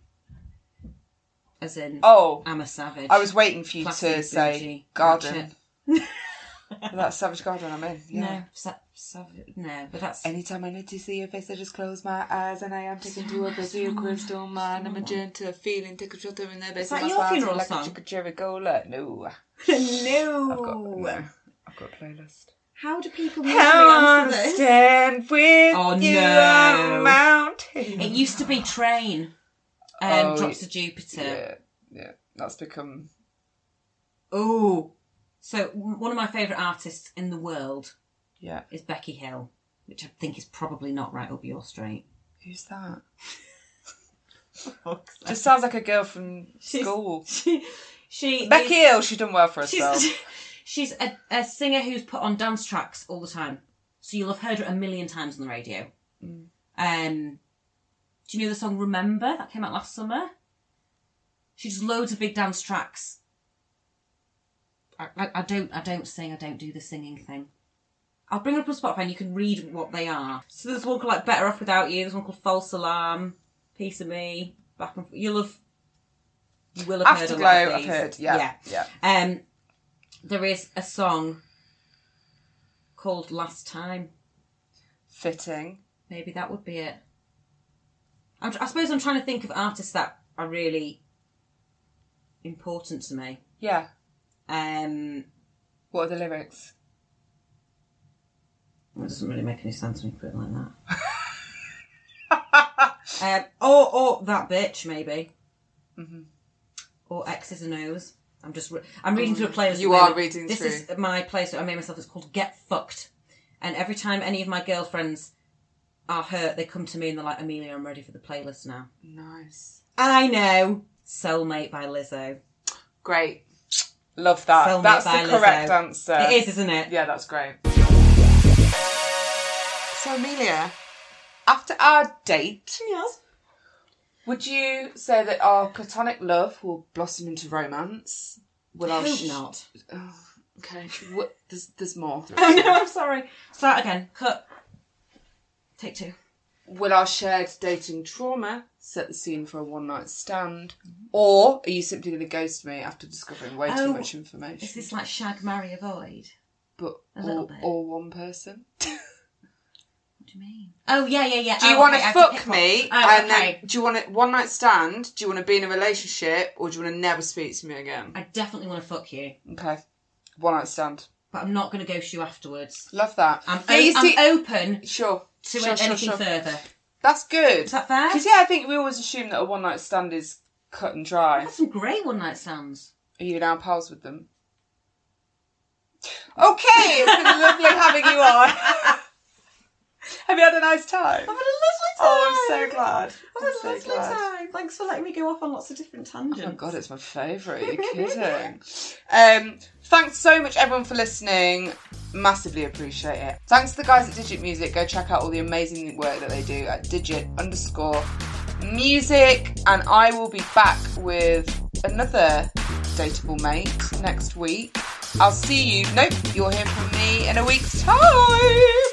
A: as in
C: oh,
A: I'm a savage.
C: I was waiting for you
A: Classy,
C: to say
A: bougie,
C: garden. That's Savage Garden. I'm in. Yeah.
A: No, sa- savage. No, but that's
C: Anytime I need to see your face, I just close my eyes and I am taken to a Brazil crystal mine. A magenta feeling, take a shot in their base.
A: that
C: My
A: your
C: smile
A: funeral
C: like
A: song?
C: a chicka No. I've got,
A: no.
C: no. I've got a playlist.
A: How do people normally answer this?
C: stand with
A: Oh, you no. on
C: mountain.
A: It used to be train. Um,
C: Oh,
A: drops of Jupiter.
C: Yeah, yeah. That's become.
A: Oh, so w- one of my favourite artists in the world
C: Yeah.
A: is Becky Hill, which I think is probably not right up your street.
C: Who's that? Just sounds like a girl from school.
A: She, she
C: Becky Hill, she done well for herself.
A: she's, she's a, a singer who's put on dance tracks all the time, so you'll have heard her a million times on the radio.
C: Mm.
A: Um, do you know the song "Remember" that came out last summer? She does loads of big dance tracks. I, I, I don't, I don't sing. I don't do the singing thing. I'll bring up on Spotify and you can read what they are. So there's one called like Better Off Without You. There's one called False Alarm, Piece of Me, Back and Forth. You'll have, you will have heard a
C: Afterglow,
A: lot of
C: I've
A: these.
C: heard. Yeah. Yeah.
A: Um, there is a song called "Last Time."
C: Fitting.
A: Maybe that would be it. I'm, tr- I suppose I'm trying to think of artists that are really important to me.
C: Yeah.
A: Um,
C: What are the lyrics?
A: That doesn't really make any sense when you put it like that. um, or, or that bitch, maybe.
C: Mm-hmm.
A: Or X's and O's. I'm just, re- I'm reading through a playlist.
C: Mm. You
A: at the
C: are
A: moment.
C: reading
A: This is my playlist that I made myself. It's called Get Fucked. And every time any of my girlfriends are hurt, they come to me and they're like, Amelia, I'm ready for the playlist now.
C: Nice.
A: I know. Soulmate by Lizzo.
C: Great.
E: Love that.
A: Film
E: that's
A: it by
E: the correct
A: Lizzo.
E: answer.
A: it is, isn't it?
E: Yeah, that's great. So, Amelia, after our date,
A: Yes.
C: Would you say that our platonic love will blossom into romance? Will
A: I
C: our
A: hope
C: sh-
A: not.
C: Okay. What? There's, there's more.
A: Oh no, I'm sorry. Start again. Cut. Take two.
C: Will our shared dating trauma set the scene for a one night stand? Or are you simply going to ghost me after discovering way
A: Mm-hmm. Oh,
C: too
A: Is
C: much information?
A: this like shag, marry, avoid?
C: But
A: a little
C: all,
A: bit.
C: all one person?
A: What do you mean? Oh yeah, yeah, yeah.
C: Do you
A: Oh,
C: want
A: okay, I
C: to
A: have
C: fuck
A: pick one.
C: me?
A: Oh,
C: and
A: okay.
C: then do you want to one night stand? Do you want to be in a relationship, or do you want to never speak to me again?
A: I definitely want to fuck you,
C: Okay, one night stand.
A: but I'm not going to ghost you afterwards.
C: Love that.
A: I'm,
C: Yeah, you
A: o-
C: see-
A: I'm open
C: sure.
A: to
C: sure, sure,
A: anything
C: sure.
A: further.
C: That's good.
A: Is that fair?
C: Because yeah, I think we always assume that a one night stand is cut and
A: I've
C: dry.
A: had some great one night stands.
C: Are you now pals with them? Okay, it's been lovely having you on. Have you had a nice time?
A: I've had a lovely time.
C: Oh, I'm so glad.
A: I've
C: I'm
A: had a
C: so
A: lovely
C: glad.
A: time. Thanks for letting me go off on lots of different tangents.
C: Oh my god, it's my favourite. Are you kidding? um, thanks so much, everyone, for listening. Massively appreciate it. Thanks to the guys at Digit Music. Go check out all the amazing work that they do at Digit underscore music. And I will be back with another Dateable Mate next week. I'll see you. Nope, you'll hear from me in a week's time.